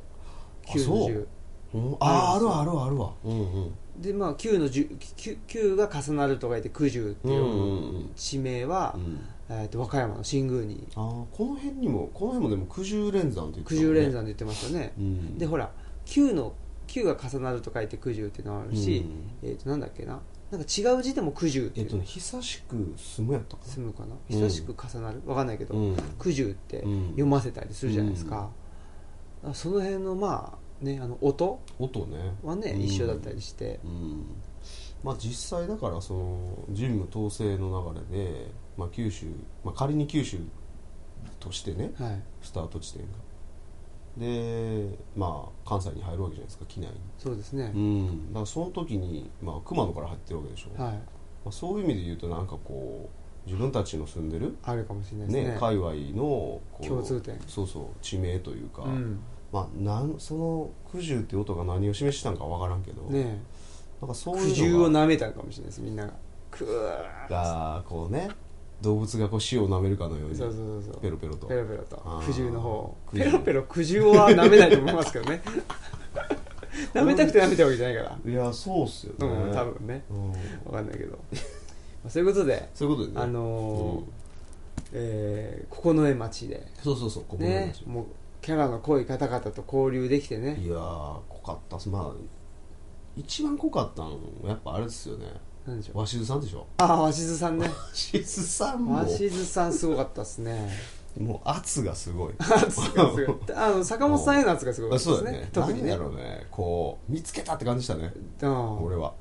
あ
九の
そう
十
うんあああるわあるわあるわうんうん
でまあ九の十九九が重なると書いて九十っていう、
うんうん
地名は、
うん
えー、と和歌山の新宮に
あーこの辺にもこの辺もでも九十連山って言って
九
たも
十
んね
連山で言ってましたね、
うん
でほら九の九が重なると書いて九十っていうのがあるし、えー、となんだっけななんか違う字でも九十って
え
い
っと
う
ね久しく住むやったか
住むかな久しく重なるわかんないけ
なう
ど
ん
九十、って
うん
読ませたりするじゃないですか、あその辺のまあねあの音
音ね
はね、
うん
一緒だったりして
うんまあ、実際だからその準務統制の流れで、まあ、九州、まあ、仮に九州としてね
はい
スタート地点がで、まあ、関西に入るわけじゃないですか機内に、
そうですね
う、ん、だからその時に、まあ、熊野から入ってるわけでしょ、ま
はい
あ、そういう意味で言うとなんかこう自分たちの住んでる、
あるかもしれないですね
ね界隈のこう
共通点
そうそう地名というか、
うん
まあ、なんその九十って音が何を示したんかわからんけど、
ね
なんかそういうの
苦
が
渋を舐めたのかもしれないですみんながくー
がこうね動物がこう塩を舐めるかのように
そうそうそうそ
ペ
う
ロペロと
ペロペロと
あー
苦渋の方
苦
ペ
渋
ロペロ苦渋は舐めないと思いますけど *laughs* ね舐めたくて舐めたわけじゃないから
いやそうっすよね、
うん多分ね
うん
わかんないけどまあそういうことで
そういうことでね
あのー
うん
えー九重町で
そうそうそうここの
ね
話、
もうキャラの濃い方々と交流できてね
いやー濃かったっすまあ一番濃かったのやっぱあれですよね
なんでしょう
鷲津さんでしょ
ああ鷲津さ *laughs* んね
鷲津さんも
鷲津さんすごかったです *laughs* ね
もう圧がすごい
圧がすごいあの坂本さんへの圧がすごかったで
そう
す
だ
ね
ね
特にね
なんだろうねこう見つけたって感じしたね
うん
俺は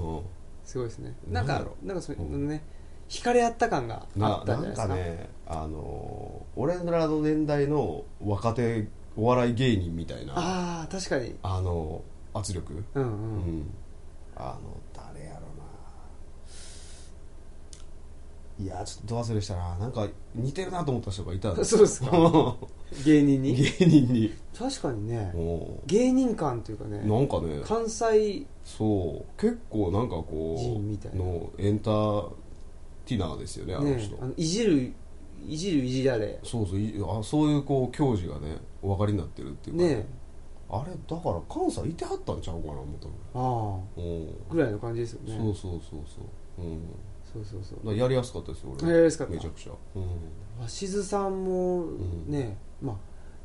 うん
すごいですねな
なんんだ
か
ろう
なんかそう
うん
ね惹かれ合った感があ
な
ったん
な
じゃない
ん
ですか
かねあのー俺らの年代の若手お笑い芸人みたいなあ
ああ確かに
の圧力
うん
う
うん
んあの誰やろないやちょっとど忘れしたななんか似てるなと思った人がいたんよ
そうっすか
*laughs*
芸人に
芸
*laughs*
人に
確かにね
も
芸人感というか
う
ね
なんかね
関西
そう結構なんかこ
人みたいうな
のエンターテイナーですよねあの
ね
人
あのいじるいじるいじられ
そうそういあそういうこう教授がねお分かりになってるっていうか
ね
あれだから関西いてはったんちゃうかな思ったの
ああ
うん
ぐらいの感じですよね
そうそうそうそううん
そうそうそう
だからやりやすかったですよ俺
やりやすかった
めちゃくちゃうん
鷲津さんも
ん
ね、まあ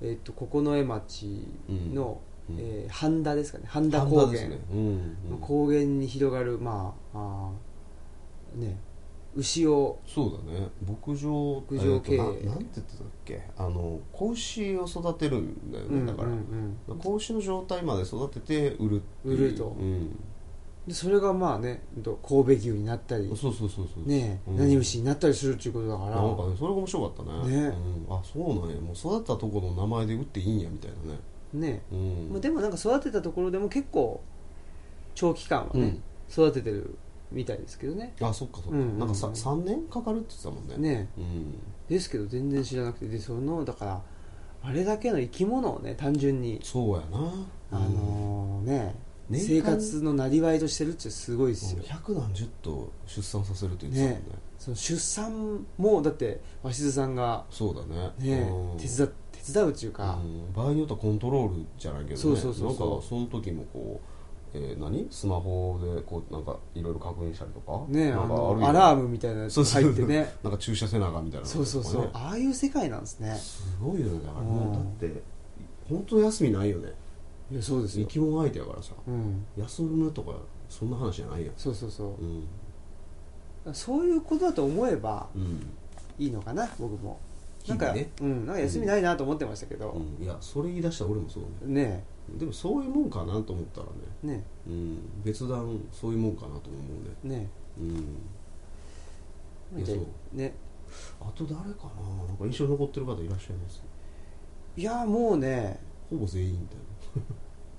えっと九重町の、
うん
えー半田ですかね半田
半
高
田で
原
すねうんう
の
ん
高原に広がる、まああーね、牛を
そうだね牧場
牧場系
えーとななんて言ってたっけあの子牛を育てるんだよ
うん
ねだから
うんうん
子牛の状態まで育てて売るっていう
売ると
うん
でそれがまあねほんと神戸牛になったり、
そうそうそうそう
ね
うん
何牛になったりするっていうことだから
なんかねそれが面白かったね
ね
うん、あそうなんやもう育ったところの名前で売っていいんやみたいなね
ね、
うん
まあ、でもなんか育てたところでも結構長期間は
う
ね
ん、
育ててるみたいですけどね
あそっかそっか、
うんうんうん
なんかさ3年かかるって言ってたもんね
ね
うん
ですけど全然知らなくてでそのだからあれだけの生き物をね単純に、
そうやな
あのね
年間
生活のなりわいとしてるってすごいですよ、
百何十頭出産させるって言ってたもんね
その出産もだって鷲津さんが、
そうだね
ね
うん
手伝手伝うっていうか、
うん場合によってはコントロールじゃないけどね
そうそうそうそう
なんかその時もこう、えー何スマホでこうなんかいろいろ確認したりとか
ね
な
あ
んかあ
の
るよ
アラームみたいなやつ
そうそう
入ってね
なんか駐車せなあかんみたいなのと
そ
か
う
ね
そうそうああいう世界なんですね
すごいよねだからね、
うん
だって本当休みないよね
いやそうです
生
よ、
き物相手やからさ
うん、
休むとかそんな話じゃないやん
そうそうそう
うん、
そういうことだと思えば
うん
いいのかな僕もなん
日
か,、
々ね
うん、なんか休みないなと思ってましたけど、
うん、いやそれ言い出したら俺もそうね
ね
でもそういうもんかなと思ったらね、
えね
うん、別段そういうもんかなとも思うね
えね
うん
え
いやそう
ね
あと誰かななんか印象に残ってる方いらっしゃいます
いやもうね
ほぼ全員みたい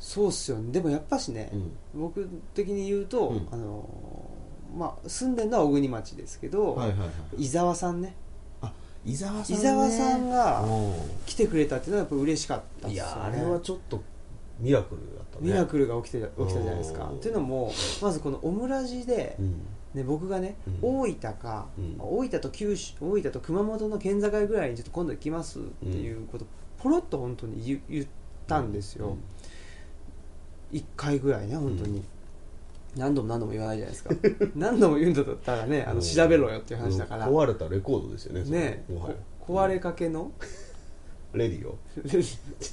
そうっすよねでもやっぱしね、
な、
僕的に言うと、
うん
あのーまあ住んでるのは小国町ですけど、
はいはいは
伊沢さんね
い伊沢
伊沢さんが
う
来てくれたっていうのはやっぱ嬉しかった
ん
っ
い
すよね
やあれはちょっとミラクルだったね
ミラクルが起きて起きたじゃないですか
うん
っていうのもまずこのオムラジで、
うん
ね、僕がね、
うん
大分か、
うん
大分と九州大分と熊本の県境ぐらいにちょっと今度行きますっていうこと、ポロッと本当に言う言ったんですよ、一回ぐらいね本当に、何度も何度も言わないじゃないですか *laughs* 何度も言うんだったらねあ
う
の
ん
調べろよっていう話だから、
うん壊れたレコードですよねそれ
ね
もはや
こ壊れかけの *laughs*
レディ *laughs* オ
で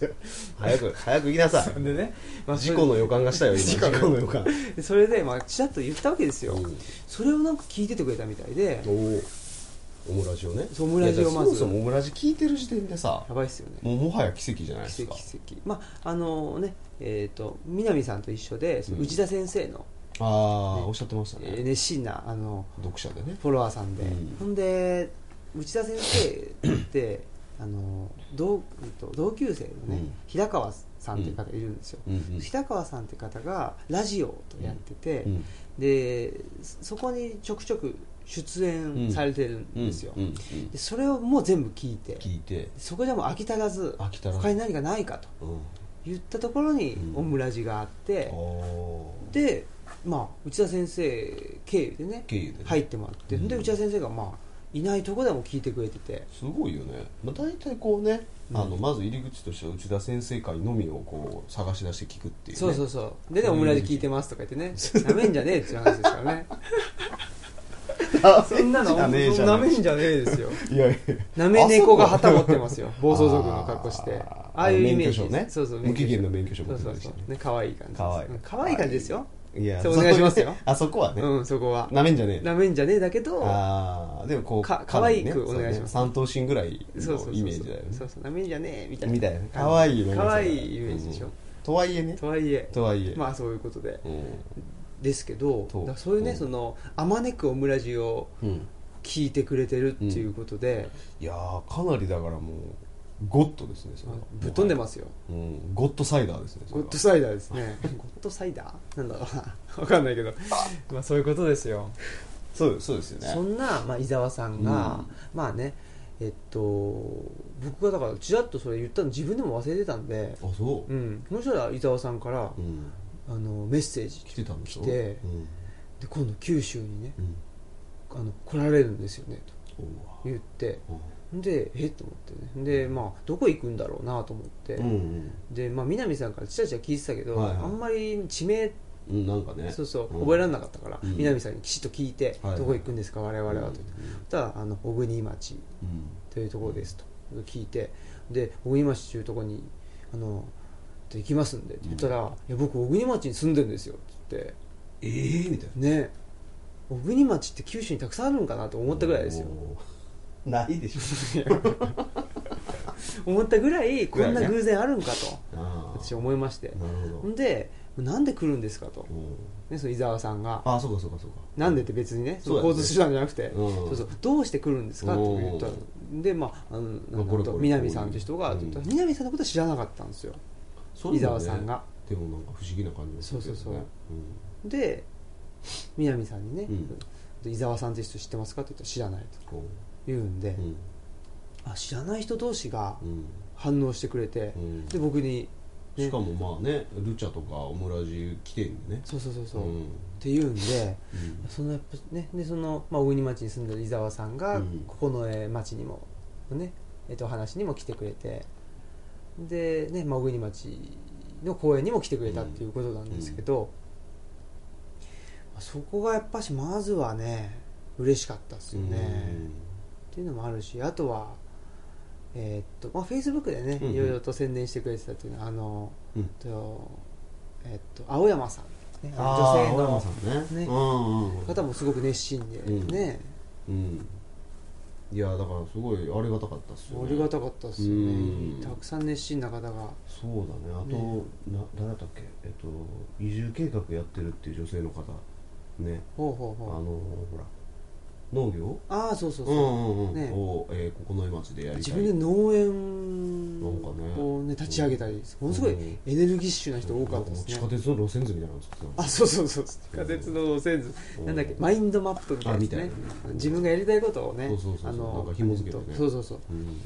早く早く行きなさい
ね、まあ、
事故の予感がしたよ今
事故の
の予感
それそれで、まあ、ちらっと言ったわけですよ、
うん
それをなんか聞いててくれたみたいで
おおオムラジをね
そうオムラジをまず
いやそもそもオムラジ聞いてる時点でさ
やばいっすよね
もうもはや奇跡じゃないです
奇跡
か
奇跡まああのねえっ、と南さんと一緒でその
うん
内田先生の
ああ、
ね
おっしゃってました
えー
ね
熱心なあの
読者でね
フォロワーさんで、
うん
ほんで内田先生ってあの同うんと同級生のね、
うん
平川さんっていう方がいるんですよ、
うんうん
平川さんって方がラジオをやってて、
うん
でそこにちょくちょく出演されてるんですよ、
うんうん
でそれをもう全部聞いて
聞いて
そこでもう飽き足らず
飽き足らず
他に何かないかと
うん
言ったところに
うん
オムラジがあって、
おー
で、まあ、内田先生経由でね
経由でね
入ってもらって、
うん
で内田先生が、まあ、いないとこでも聞いてくれてて
すごいよね、まあ、大体こうね、
うん
あのまず入り口としては内田先生会のみをこう探し出して聞くっていう、ね、
そうそうそうでね
うん
オ
*laughs*
ムラジ聞いてますとか言ってねなめんじゃねえっていう話ですからねそんなの
じゃねえじゃ
な
ない
めんじゃねえですよ
*laughs* いやいや
なめ猫が旗持ってますよ暴走族の格好して
あ
あ
ー
あいうイメージ
免許証ね
そうそう
無期限の免許証
そう
持って
そ
た
う
りし
そ
てね
うね可愛い感じ
かわいい
うん可愛い感じですよ
いや
そうお願いしますよ
あそこはね
うんそこは
なめんじゃねえ
なめんじゃねえだけど
ああでもこう
か
なり
可愛くお願いします
そうね三頭身ぐらい
そうそうそう
の
そう
イメージだよね
そうそうなめんじゃねえみたいな
みたいな可愛いよね
可愛いイメージでしょ
うんとはいえね
とはいえ
とはいえ
まあそういうことで
うん
ですけど
と
だからそういう
う
ね
ん
そのあまねくオムラジを
うん
聞いてくれてるっていうことで
いやーかなりだからもうゴッドですねそれは
ぶっ飛んでますよ
うんゴッドサイダーですねそ
ゴ
れは
ッドサイダーですねゴッドサイダーなんだろうな *laughs* わかんないけどまあそういうことですよ
そうそうですよ
そ
ね
んな、まあ、伊沢さんが、まあねえっと僕がだからちらっとそれ言ったの自分でも忘れてたんで、、
あそううん
そしたら伊沢さんから、
うん
あのメッセージ
来てたんでしょ
来て
うん
で今度九州にね
うん
あの来られるんですよね
おうわ
と言って
うん
でえっと思ってねでまあどこ行くんだろうなと思って、
うん
でまあ南さんからちらちら聞いてたけど、
はいはい
あんまり地名
うんなんかね
そうそう、
ん
覚えられなかったから、
うん
南さんにきちっと聞いて、
はいはい
どこ行くんですか我々はと言って、
う
たらあの小国町
ん
というところですと聞いてで小国町というところにあのと行きますんでって言ったら、いや僕小国町に住んでるんですよって言って
ええみたいな
ね小国町って九州にたくさんあるんかなと思ったぐらいですよ
おーないでしょ
思ったぐらいこん
ぐらい
な
ね
偶然あるんかと
あ
私
ー
思いまして
なるほ
ほんでなんで来るんですかと
ど、うん
ね、その伊沢さんが
あそうかそうかそうか
なんでって別にねそ
そう
の
だよ
交
ね
通手段じゃなくて、
うん
そうそうどうして来るんですかって言ったらでまああのなん
これ
だ
これ
と南さんって人が
うん
って言ったら南さんのことは知らなかったんですよ
そう
伊
だよ
沢
ね
さんが
でもなんか不思議な感じがするけどね
そうそうそうで南さんにね
う
「
ん
伊沢さんって人知ってますか?」って言ったら「知らない」と
こ
言うんで
ううん
あ知らない人同士が
うん
反応してくれて
うん
で僕にね
しかもまあねルチャとかオムラジ来てんでね
そうそうそうそうっ
ん
て言うんで
うん
そのやっぱねでそのまあ小国町に住んでる伊沢さん
う
が
ん
九重町にもねえっとお話にも来てくれてでねまあ小国町の公園にも来てくれたっていうことなんですけどまあそこがやっぱしまずはね嬉しかったですよね。っていうのもあるしあとはえーっとまあフェイスブックでね
うんうん
いろいろと宣伝してくれてたっていうのはあの、
うん
とえーっと青山さん、ね、
あ
女
あ
性
青山
の
さんね
ね
うんうんうん
方もすごく熱心で
うん
ね、
うんいやだからすごいありがたかったっすよ
あ
ね
りがたかったですよ
う
ね
ん
たくさん熱心な方が
そうだねあと、
ね
な誰だったっけえっと移住計画やってるっていう女性の方ね
ほうほう
あ
ほう
のほら農業
ああそうそうそう、
んうんうん、
ね
を、えー、ここの町でやりたい
自分で農園
なんかね
をね立ち上げたりものすごい
うん
エネルギッシュな人多かったです
地
ね
下鉄の路線図みたいなの作ってた
あそうそうそう地下鉄の路線図
うん
なんだっけマインドマップみたいな
あ
ね
みたいな
自分がやりたいことをね
そうそうそうそう
あの
なんか紐付けてね
えっとそうそうそう
うん、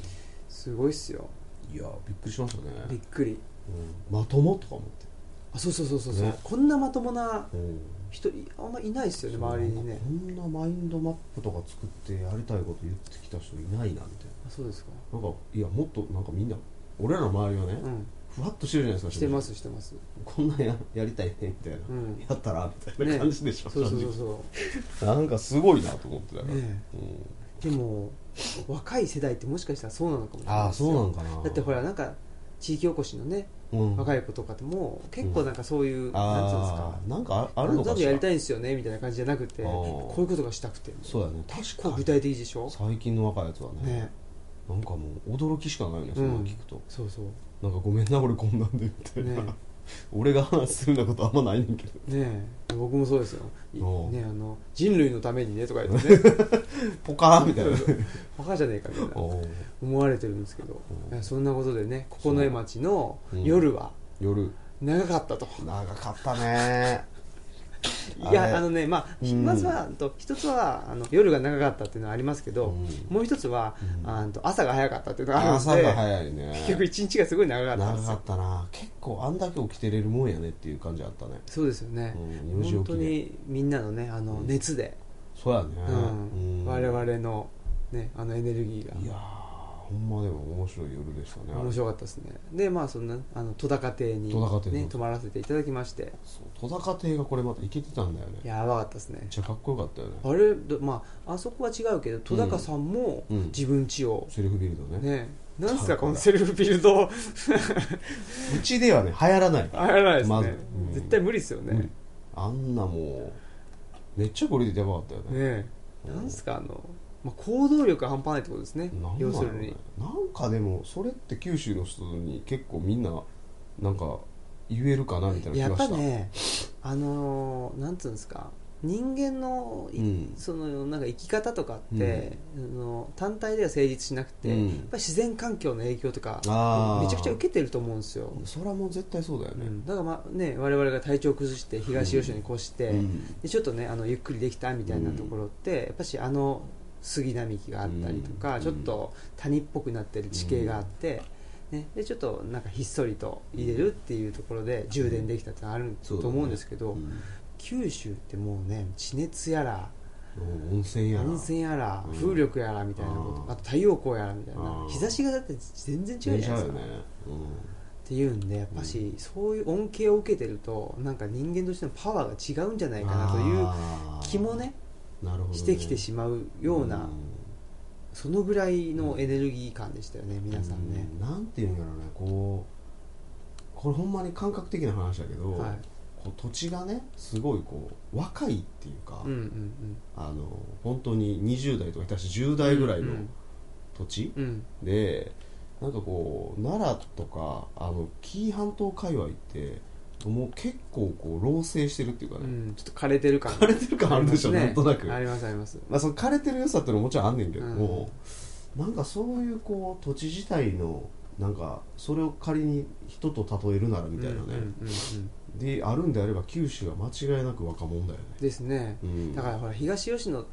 すごいっすよ
いやびっくりしましたね、
びっくり
うん、まともとか思って、
あそうそうそうそうそう、
ね
こんなまともな
うん、
人いあんまいないっすよね周りにね
そうなんかこんなマインドマップとか作ってやりたいこと言ってきた人いないなみたい
あそうですか
ななんかいやもっとなんかみんな俺らの周りはね、
うん
ふわっとしてるじゃないですか
してますしてます
こんなんややりたいねみたいな、
うん
やったらみたいな感じでしょ、
そうそうそう
正
そ
直なんかすごいなと思ってたから、
ね
うん
うでも若い世代ってもしかしたらそうなのかもしれない
ああ
ですよ
そうなんかな
だってほらなんか地域おこしのね
うん
若い子とかってもう結構なんかそういう、なんていうんです
あ
か
あなんかああ
あ
るの
の
か
時
し
やり
ら
たいんですよねみたいな感じじゃなくて
あー
こういうことがしたくて
そうだね
結
確
構
か
具
に
体的でしょ
最近の若いやつはね
ね
なんかもう驚きしかないよねそんなの聞くと、
そうそう
なんかごめんな俺こんなんでみたいな、
ね
*laughs* 俺が話するようなことあんまないねんけど
ねえ僕もそうですよい
おう
ねえあの人類のためにねとか言ってね
ポカーン *laughs* みたいな
*laughs* バカじゃねえかみたいな
おー
思われてるんですけど
おう
いやそんなことでね九重町の
うん
夜は
夜
長かったと、
長かったね
いやあのねまあ、
うん
まずはあと一つはあの夜が長かったっていうのはありますけど、
うん
もう一つは、
うん
あのと朝が早かったっていうのがあるの
朝
で
が早いね
結局一日がすごい長かったんで
長
す
か
よ
ったな結構あんだけ起きてれるもんやねっていう感じあったね
そうですよね、
うん4時起きで
本当にみんなのねあの熱で、
そうやね、
うん
うん
我々の,、ね、あのエネルギーが
いやーほんまでも面白い夜でしたね
面白かったですねでまあそんなあの戸高亭に、
戸高亭
ね
に、
泊まらせていただきまして
そう戸高亭がこれまたイケてたんだよねめっ
やばかったですね
ちゃかっこよかったよね
あれどまああそこは違うけど戸高さんも
うん
自分家を、
セルフビルドね
ねなんすか
そう
このセルフビルド
うちではね流行らない
あれないですね、
まずうん
絶対無理ですよねね
無理あんなもうめっちゃこれでやばかったよね
え
うん
なんすかあの、まあ、行動力が半端ないってことですね
なんなん
要
だ
す
ろ
る
うね
に
なんかでもそれって九州の人に結構みんななんか言えるかなみたいな
や
気
っ
が
ぱ
した
ねあのーなんつうんですか人間のい、
うん
そのなんか生き方とかって、あの単体では成立しなくて、
うん
やっぱり自然環境の影響とか
あー
めちゃくちゃ受けてると思うんですよ、
それはもう絶対そうだよ
う
ね、
んだから、まあね、我々が体調崩して東吉野に越して、
うん
でちょっとねあのゆっくりできたみたいなところって、やっぱしあの杉並木があったりとか、
うん
ちょっと谷っぽくなってる地形があって、ね、でちょっとなんかひっそりと入れるっていうところで充電できたってのはあると
そうだね
思うんですけど、
うん
九州ってもうね地熱やら
うん温泉やら
温泉やら、
うん
風力やらみたいなこと
あー
あと太陽光やらみたいな
あー
日差しがだって全然違うじゃないですか、
ねうん
っていうんでやっぱし、そういう恩恵を受けてるとなんか人間としてのパワーが違うんじゃないかなという
あー
気もね
なるほどね、
してきてしまうような、
ん
そのぐらいのエネルギー感でしたよね皆さんね
う、んなんていうんやろうねこうこれほんまに感覚的な話だけど、
はい
こう土地がねすごいこう若いっていうか、
うんうん
あの本当に20代とかいたし10
うん
代ぐらい
う
の
ん
土地、
うん
でなんかこう奈良とかあの紀伊半島界隈ってもう結構こう老成してるっていうか
う
ね、 *laughs*
んちょっと枯れてる感
枯れてる感あるでしょ、なんとなく
ありますねあります
まあ、その枯れてる良さっていうのももちろんあんねんけども、なんかそういうこう土地自体のなんかそれを仮に人と例えるならみたいなね、
うんうんうんうん
であるんであれば九州は間違いなく若者だよね、
ですね
うん、
だからほら東吉野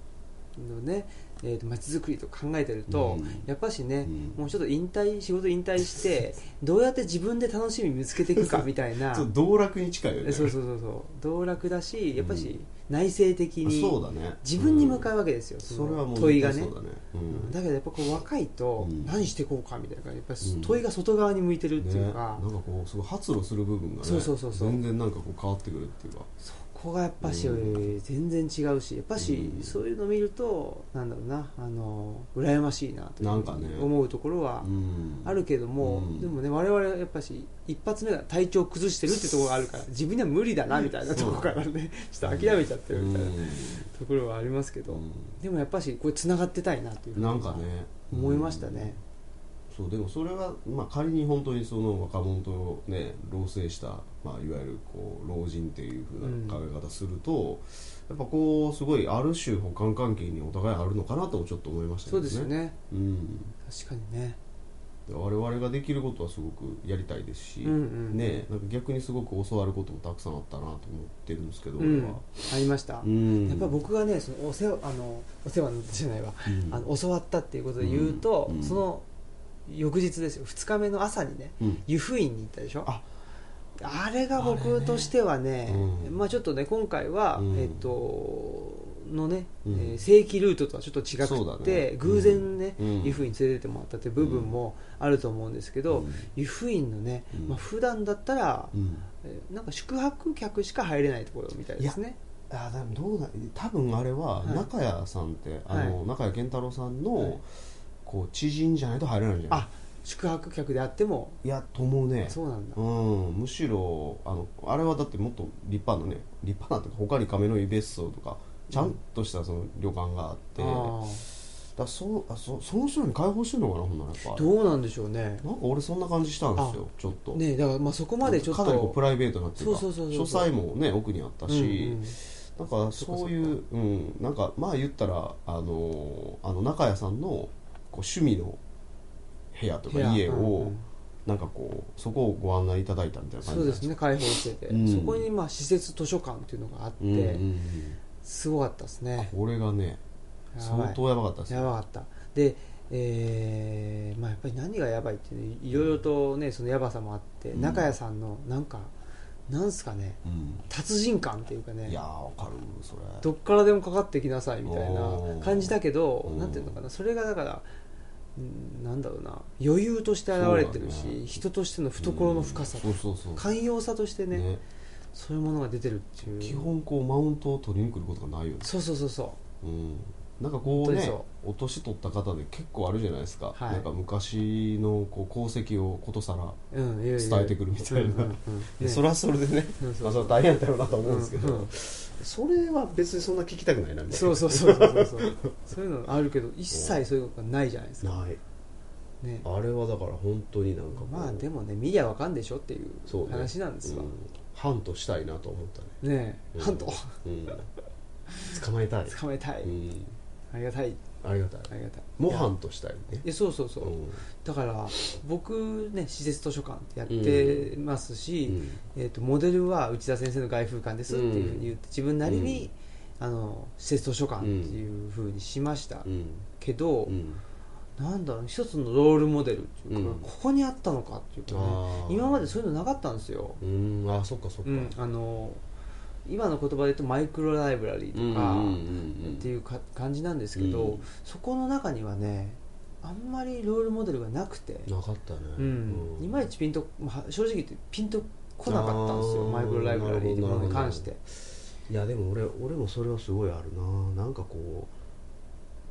のねえーと街づくりと考えてると、
うん
やっぱしね、
うん
もうちょっと引退仕事引退して
*laughs*
どうやって自分で楽しみ見つけていくかみたいな
ちょっと道楽に近いよ
え
ね
そうそうそうそう道楽だしやっぱし内省
*laughs*
的に
そうだね
自分に向か
う
うわけですよ、
ん
そ
それは
の
もう
問いがね
絶対そうだね、うん
だけどやっぱこう若いと
うん
何していこうかみたいなやっぱ
うん
問いが外側に向いてるってい
ね、
うか、
なんかこうすごい発露する部分がね
そうそうそうそう
全然なんかこう変わってくるっていうか
そこがやっぱし
う
全然違うしやっぱし
うん
そういうの見るとなんだろうなあの羨ましいなという
なんかね
思うところは
うん
あるけども、
うん
でもね我々はやっぱし一発目が体調崩してるってところがあるから自分には無理だなみたいなところからね *laughs* ちょっと諦めちゃってるみたいな *laughs* ところはありますけど、
うん
でもやっぱしこれつながってたいなっていう
うんなんかね
思いましたね、
そうでもそれは、まあ、仮に本当にその若者と、ね、老成した、まあ、いわゆるこう老人っていうふうな考え方すると、やっぱこうすごいある種補完関係にお互いあるのかなともちょっと思いましたけ
そう
ど
ですよね
うん、
確かにね
で我々ができることはすごくやりたいですし、
うんうん
ね、なんか逆にすごく教わることもたくさんあったなと思ってるんですけど、
う
俺
ん
は、
ありました、
うん
やっぱ僕がねそのお世話あのお世話になったじゃないわ、
うん
あの教わったっていうことで言うと、
うん
その翌日ですよ2日目の朝にね
うん
湯布院に行ったでしょ
あ
あれが僕としてはね
あれねうん
まあ、ちょっとね今回は、
うん
えっとのね、
うん
えー正規ルートとはちょっと違
そう
く
だ
て、
ね
偶然ね、
うん
湯布院に連れてってもらったっていう部分もあると思うんですけど、
うん
湯布院のね、
うん
まあ普段だったら、
うん
えーなんか宿泊客しか入れないところみたいですね
あでもどうだ多分あれは
はい
中谷さんって、あ
は
の中谷健太郎さんの、
はい
こう知人じゃないと入れないんじゃない
あ宿泊客であっても
いやと思うね
そうなんだ、
うん、むしろあのあれはだってもっと立派なね立派なとか他に亀の湯別荘とかちゃんとしたその旅館があって、
あ
だそうあそその人に解放してるのかなほんならやっぱ
あどうなんでしょうね
なんか俺そんな感じしたんですよちょっと
ねだからまあそこまでちょっと
かなりこうプライベートなっていうか
そうそうそうそう
書斎もね奥にあった
う
し、
んうん
なんかそういううん、なんかまあ言ったらあのーあの中谷さんのこう趣味の部屋と
部屋
か家を、
うんうん
なんかこうそこをご案内いただいたみたいな感じ
そう
なん
ですね開放してて、
うん
そこにまあ施設図書館っていうのがあって、
うんうんうん
すごかったですね
これがね
やばい
相当やばかったです
や
ね
ばかったでえーまあ、やっぱり何がやばいってねいろいろとねそのやばさもあって、
うん
中谷さんのなんかなんすかね
うん
達人感っていうかね
いやーわかるそれ
どっからでもかかってきなさいみたいな
おー
感じだけど、
うん
なんていうのかなそれがだからうんなんだろうな余裕として現れてるし、
そうだね
人としての懐の深さ、
うんそうそうそう
寛容さとしてね
ね
そういうものが出てるっていう
基本こうマウントを取りに来ることがないよね
そうそうそうそ
うんなんかこう
本当に
ね
そ
お年取った方で結構あるじゃないですか、
はい
なんか昔のこう功績をことさら
う、うん、いやいや
伝えてくるみたいな
うんうんうんね
それはそれでね、
そうそう
まあ、それは大変やったろうなと思うんですけど、
うんうん
それは別にそんな聞きたくないなみたい
そ
な
うそうそうそうそうそういうのあるけど一切そういうことがないじゃないですか、
ない
ね、
あれはだから本当になんかこう
まあでもね見りゃわかんでしょってい
そう
う
ね
話なんですわ
うハントしたいなと思ったね、
ねえ
うん
ハント
うん、捕まえたい、
捕まえたい
うん、
ありがたい
ありがたい
ありがたい
もうハントしたいね
いやそうそうそううんだから僕ね施設図書館やってますし、えー、とモデルは内田先生の外風館ですっていうふうに言って自分なりに、あの施設図書館っていうふうにしました
うん
けど、
うん
なんだろう一つのロールモデルっていうか、
うん
ここにあったのかっていうかね
あー
今までそういうのなかったんですよ、
うんあそっかそっ
う
か、
ん、あの今の言葉で言うとマイクロライブラリーとか、っていうか感じなんですけど、
うん
そこの中にはねあんまりロールモデルがなくて、
なかったね、
うんいまいちピンと、まあ正直言ってピンと来なかったんですよ
あー
マイクロライブラリーのものに関して
いやでも俺俺もそれはすごいあるななんかこ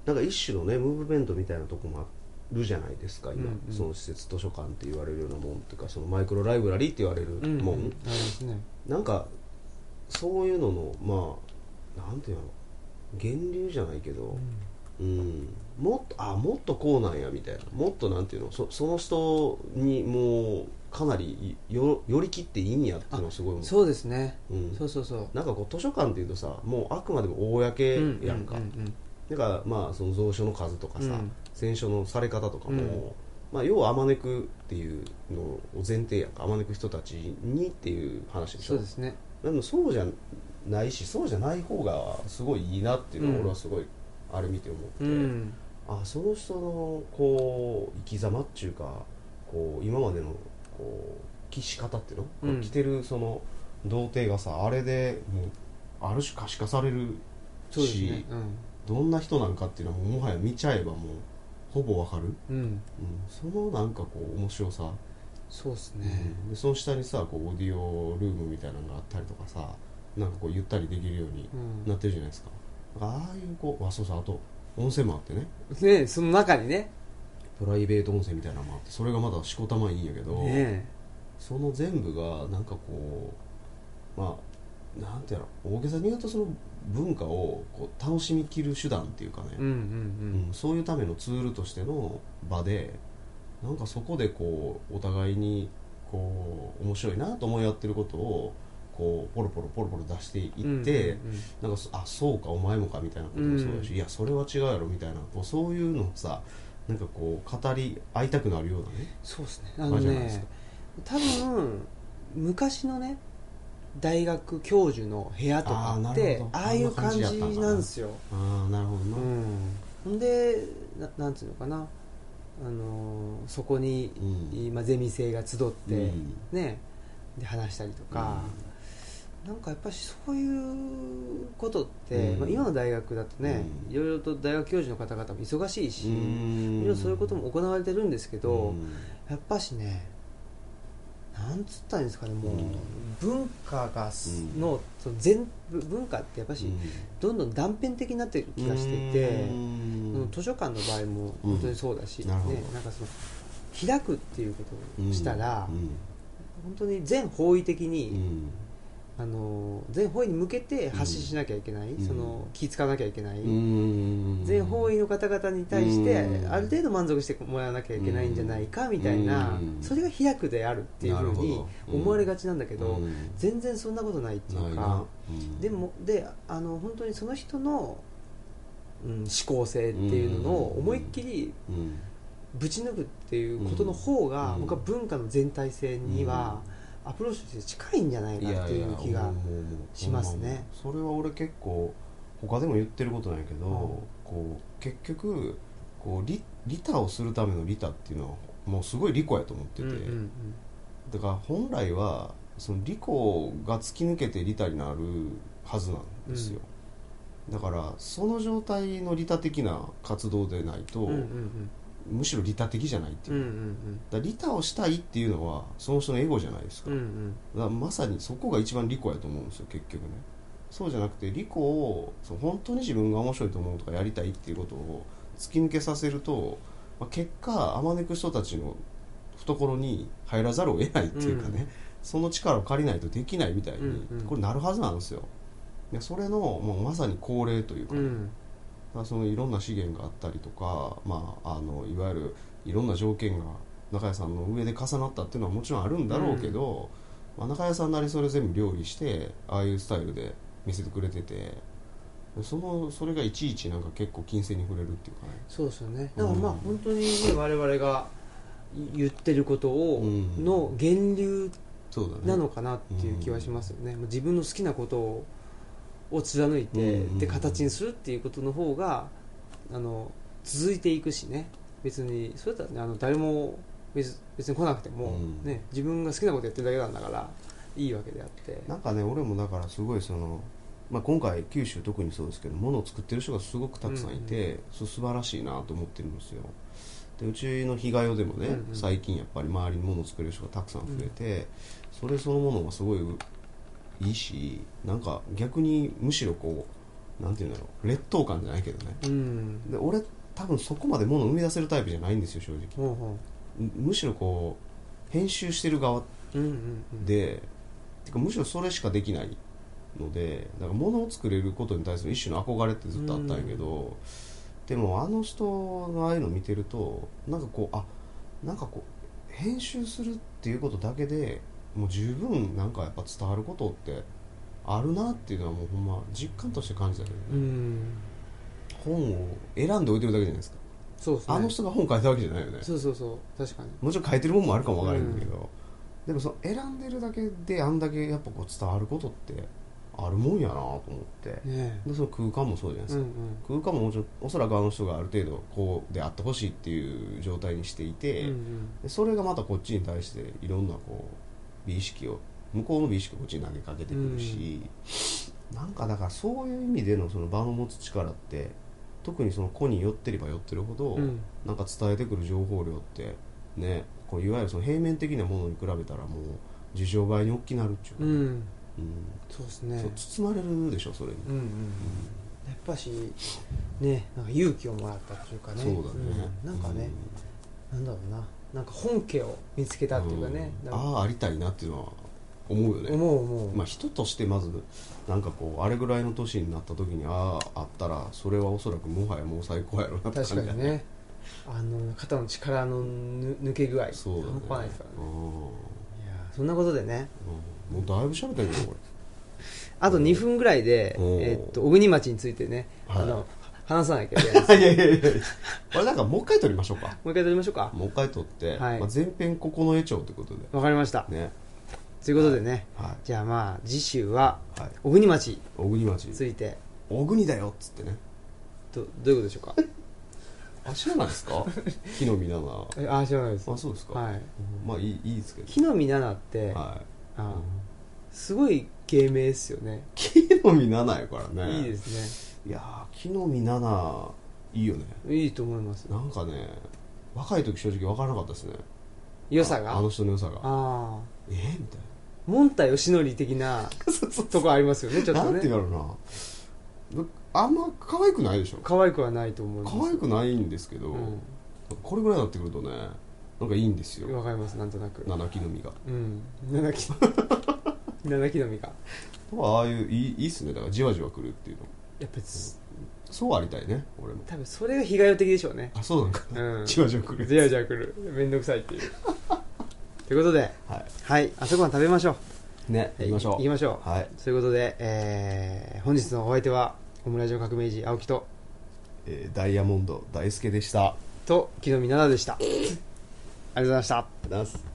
うなんか一種のねムーブメントみたいなとこもあるじゃないですか今、
うんうん
その施設図書館って言われるようなもんっていうかそのマイクロライブラリーって言われる
うんうん
もん、
ありますね
なんかそういうののまあなんていうの源流じゃないけど、うん、もっとあもっとこうなんやみたいなもっとなんていうのそその人にもうかなりよ寄り切っていいんやっていうのはすごい思う
そうですね、
うん
そうそうそう
なんかこう図書館っていうとさもうあくまでも公やんか、
うんうん
だからまあその蔵書の数とかさ、
うん
選書のされ方とかも、
うん
まあ、要はあまねくっていうのを前提やんかあまねく人たちにっていう話
うん
でし
そ
ょ
うですね
でもそうじゃないしそうじゃない方がすごいいいなっていうの
う
は
ん
俺はすごいあれ見て思って、
うん
あその人のこう生き様っていうかこう今までのこう着し方っていうの、
うん
着てるその童貞がさあれでもうある種可視化される
そうです
し、
ね
どんな人なんかっていうのはもうもはや見ちゃえばもうほぼわかる、うん、
うん、うん、
そのなんかこう面白さ、
そうです
う
ね、
んでその下にさこうオーディオルームみたいなのがあったりとかさなんかこうゆったりできるように
うん
なってるじゃないですか,、ああいうこうあそうそうあと温泉もあってね
ねその中にね
プライベート温泉みたいなのもあってそれがまだしこたまいいんやけど、
ね
その全部がなんかこうまあなんていうの大げさに言うとその文化をこう楽しみきる手段っていうかね、
うんうん
うんそういうためのツールとしての場でなんかそこでこうお互いにこう面白いなと思い合ってることをこうポロポロポロポロ出していって、
うんうんうん
なんかそあそうかお前もかみたいなこともそうだし、
うん
いやそれは違うやろみたいなこうそういうのをさなんかこう語り合いたくなるようなね
そうですねあ
場
の
じゃないですか
ね多分昔のね大学教授の部屋とかっ
あーなる
て
ほど
ああいう感じ
あんな感じやったんだな
なんですよ
ああなるほどな、
うん、でななんていうのかな、あのーそこに、
うん
今ゼミ生が集って、
うん
ね、で話したりとか、なんかやっぱりそういうことって、
うん
まあ、今の大学だとね、
うん
いろいろと大学教授の方々も忙しいし、
う
い
ん
ろいろそういうことも行われてるんですけど、
うん
やっぱしねなんつったらいいんですかねもう、
うん
文化がす
うん
の、その全文化ってやっぱし、
う
どんどん断片的になってる気
ん
がしていて。
うん
その図書館の場合も本当にそうだし、
うんなるほど
ね、なんかその開くっていうことをしたら、
うん
本当に全方位的に、
うん
あの全方位に向けて発信しなきゃいけない、
うん
その気使わなきゃいけない、
うん
全方位の方々に対して、
うん
ある程度満足してもらわなきゃいけないんじゃないかみたいな、
うん
それが開くであるっていうふう
なる
に
ほどうん
思われがちなんだけど、
うん
全然そんなことないってい
な
う
い
か
な。うん
でもであの本当にその人の、うん、思考性っていうのを思いっきり
うん
ぶち抜くっていうことの方が、
うん
僕は文化の全体性にはアプローチとして近いんじゃないかなっていう気が
もうもうもう
しますね
それは俺結構他でも言ってることなんやけど、
うん
こう結局こう利利他をするための利他っていうのはもうすごい利己やと思ってて、
うんうん
だから本来はその利己が突き抜けて利他になるはずなんですよ、だからその状態の利他的な活動でないと、
うんうんうん
むしろ利他的じゃないって
うん
いうう、
ん
だから利他をしたいっていうのはその人のエゴじゃないですか,、
うんうんうん
だからまさにそこが一番利己やと思うんですよ結局ねそうじゃなくて利己をその本当に自分が面白いと思うとかやりたいっていうことを突き抜けさせると、まあ、結果あまねく人たちの懐に入らざるを得ないっていうかね、その力を借りないとできないみたいに、
うんうん
これなるはずなんですよいやそれのもうまさに恒例というか、
う
だ
ん
からそのいろんな資源があったりとか、まあ、あのいわゆるいろんな条件が中谷さんの上で重なったっていうのはもちろんあるんだろうけど、まあ、中谷さんなりそれ全部料理してああいうスタイルで見せてくれててそのそれがいちいちなんか結構金銭に触れるっていうかね
そうですよね
う
だ
ん
からまあ本当にね我々が言ってることを
うん
の源流
そうだね
なのかなっていう気はしますよね、もう自分の好きなことをを貫いて、
うん
で形にするっていうことの方があの続いていくしね別にそれだったらねあの誰も別別に来なくても、
うん
ね、自分が好きなことやってるだけなんだからいいわけであって
なんかね俺もだからすごいその、まあ、今回九州特にそうですけど物を作ってる人がすごくたくさんいて、そう素晴らしいなと思ってるんですよでうちの日帰りでもね、
うんうん
最近やっぱり周りに物を作れる人がたくさん増えて、それそのものがすごいういいしなんか逆にむしろこうなんて言うんだろう劣等感じゃないけどね
うん
で俺多分そこまで物を生み出せるタイプじゃないんですよ正直
ほうほ
むむしろこう編集してる側
ううんうんうん
でてかむしろそれしかできないのでだから物を作れることに対する一種の憧れってずっとあったんやけど、でもあの人のああいうの見てるとなんかこうあなんかこう編集するっていうことだけでもう十分なんかやっぱ伝わることってあるなっていうのはもうほんま実感として感じたけどね、
うん
本を選んで置いてるだけじゃないですか
そうですね
あの人が本書いたわけじゃないよね
そうそうそう確かに
もちろん書いてるもんもあるかもわからへんけど、でもその選んでるだけであんだけやっぱこう伝わることってあるもんやなと思ってで
ね
その空間もそうじゃないで
えう
す
ん
か、
うん
空間ももちろんおそらくあの人がある程度こうであってほしいっていう状態にしていて、
うんうん
でそれがまたこっちに対していろんなこう美意識を向こうの美意識をこっちに投げかけてくるし、なんかだからそういう意味でのその場の持つ力って特にその子に寄ってれば寄ってるほど、
うん
なんか伝えてくる情報量ってねこういわゆるその平面的なものに比べたらもう事情倍に大きなるっちゅうか、
う
うん
んそうですね
そう包まれるでしょそれに、
うんうんうんやっぱしねなんか勇気をもらったというかね
そうだね、
うんなんかね、なんだろうななんか本家を見つけたっていうかね、
うん
なんか
ああありたいなっていうのは思うよね
思う思う、
まあ、人としてまずなんかこうあれぐらいの年になった時にあああったらそれはおそらくもはやもう最高やろうなって感じ
確か
だ
にねあの肩の力のぬ抜け具合
そうだね
半端ないですから
う
ね
んうん
いやーそんなことでね
もうだいぶ喋ったけどこ
あと2分ぐらいで、
おー
えーっと小国町についてね、
はい
あの話さなきゃいけ *laughs* ないです
れいやいやいやこれなんかもう一回撮りましょうか
もう一回撮りましょうか
もう一回撮って、
はい
まあ、前編ここの絵帳ということで
わかりました
ね
ということでね
は、
じゃあまあ次週はい
はい、
小国町
小国町
について
小国だよっつってね
どどういうことでしょうか
あ知らないで
*laughs*
すか木の実なの
えあー知らないです
あそうですか、
はい
まあいいいいですけど
木の実奈々って、
はい
あすごい芸名ですよね
木の実7やからね
いいです
いやー木の実7いいよね
ねいいと思います
なんかね若い時正直分からなかったですね
良さが
ああの人の良さが
あ
えー、みたい
ーもんたよしのり的な
な *laughs* そうそう
とこありますよねちょっ
な
と
ん
ね
て言うやろうなあんま可愛くないでしょ
可愛くはないと思います
可愛くないんですけど、
う
これぐらいになってくるとねなんかいいんです
んわ
よ
かりますなんとなく
七木の実が
うん七木 *laughs* 七木の実が
ああいういいいいっすねだからじわじわくるっていうの
やっぱつ
そうありたいね俺も
多分それが被害的でしょう
*laughs*
ね
あそうなんかな、
うん
じわじわくる
じゃあじゃあ来るめんどくさい
*laughs*
っていうということで
は
はい朝ごはん食べましょう
いね行きましょう
行きましょう
はい
ということで、えー本日のお相手はオムライスの革命児青木と
えーダイヤモンド大輔でした
と木の実奈々でしたありがとうございました
ダンス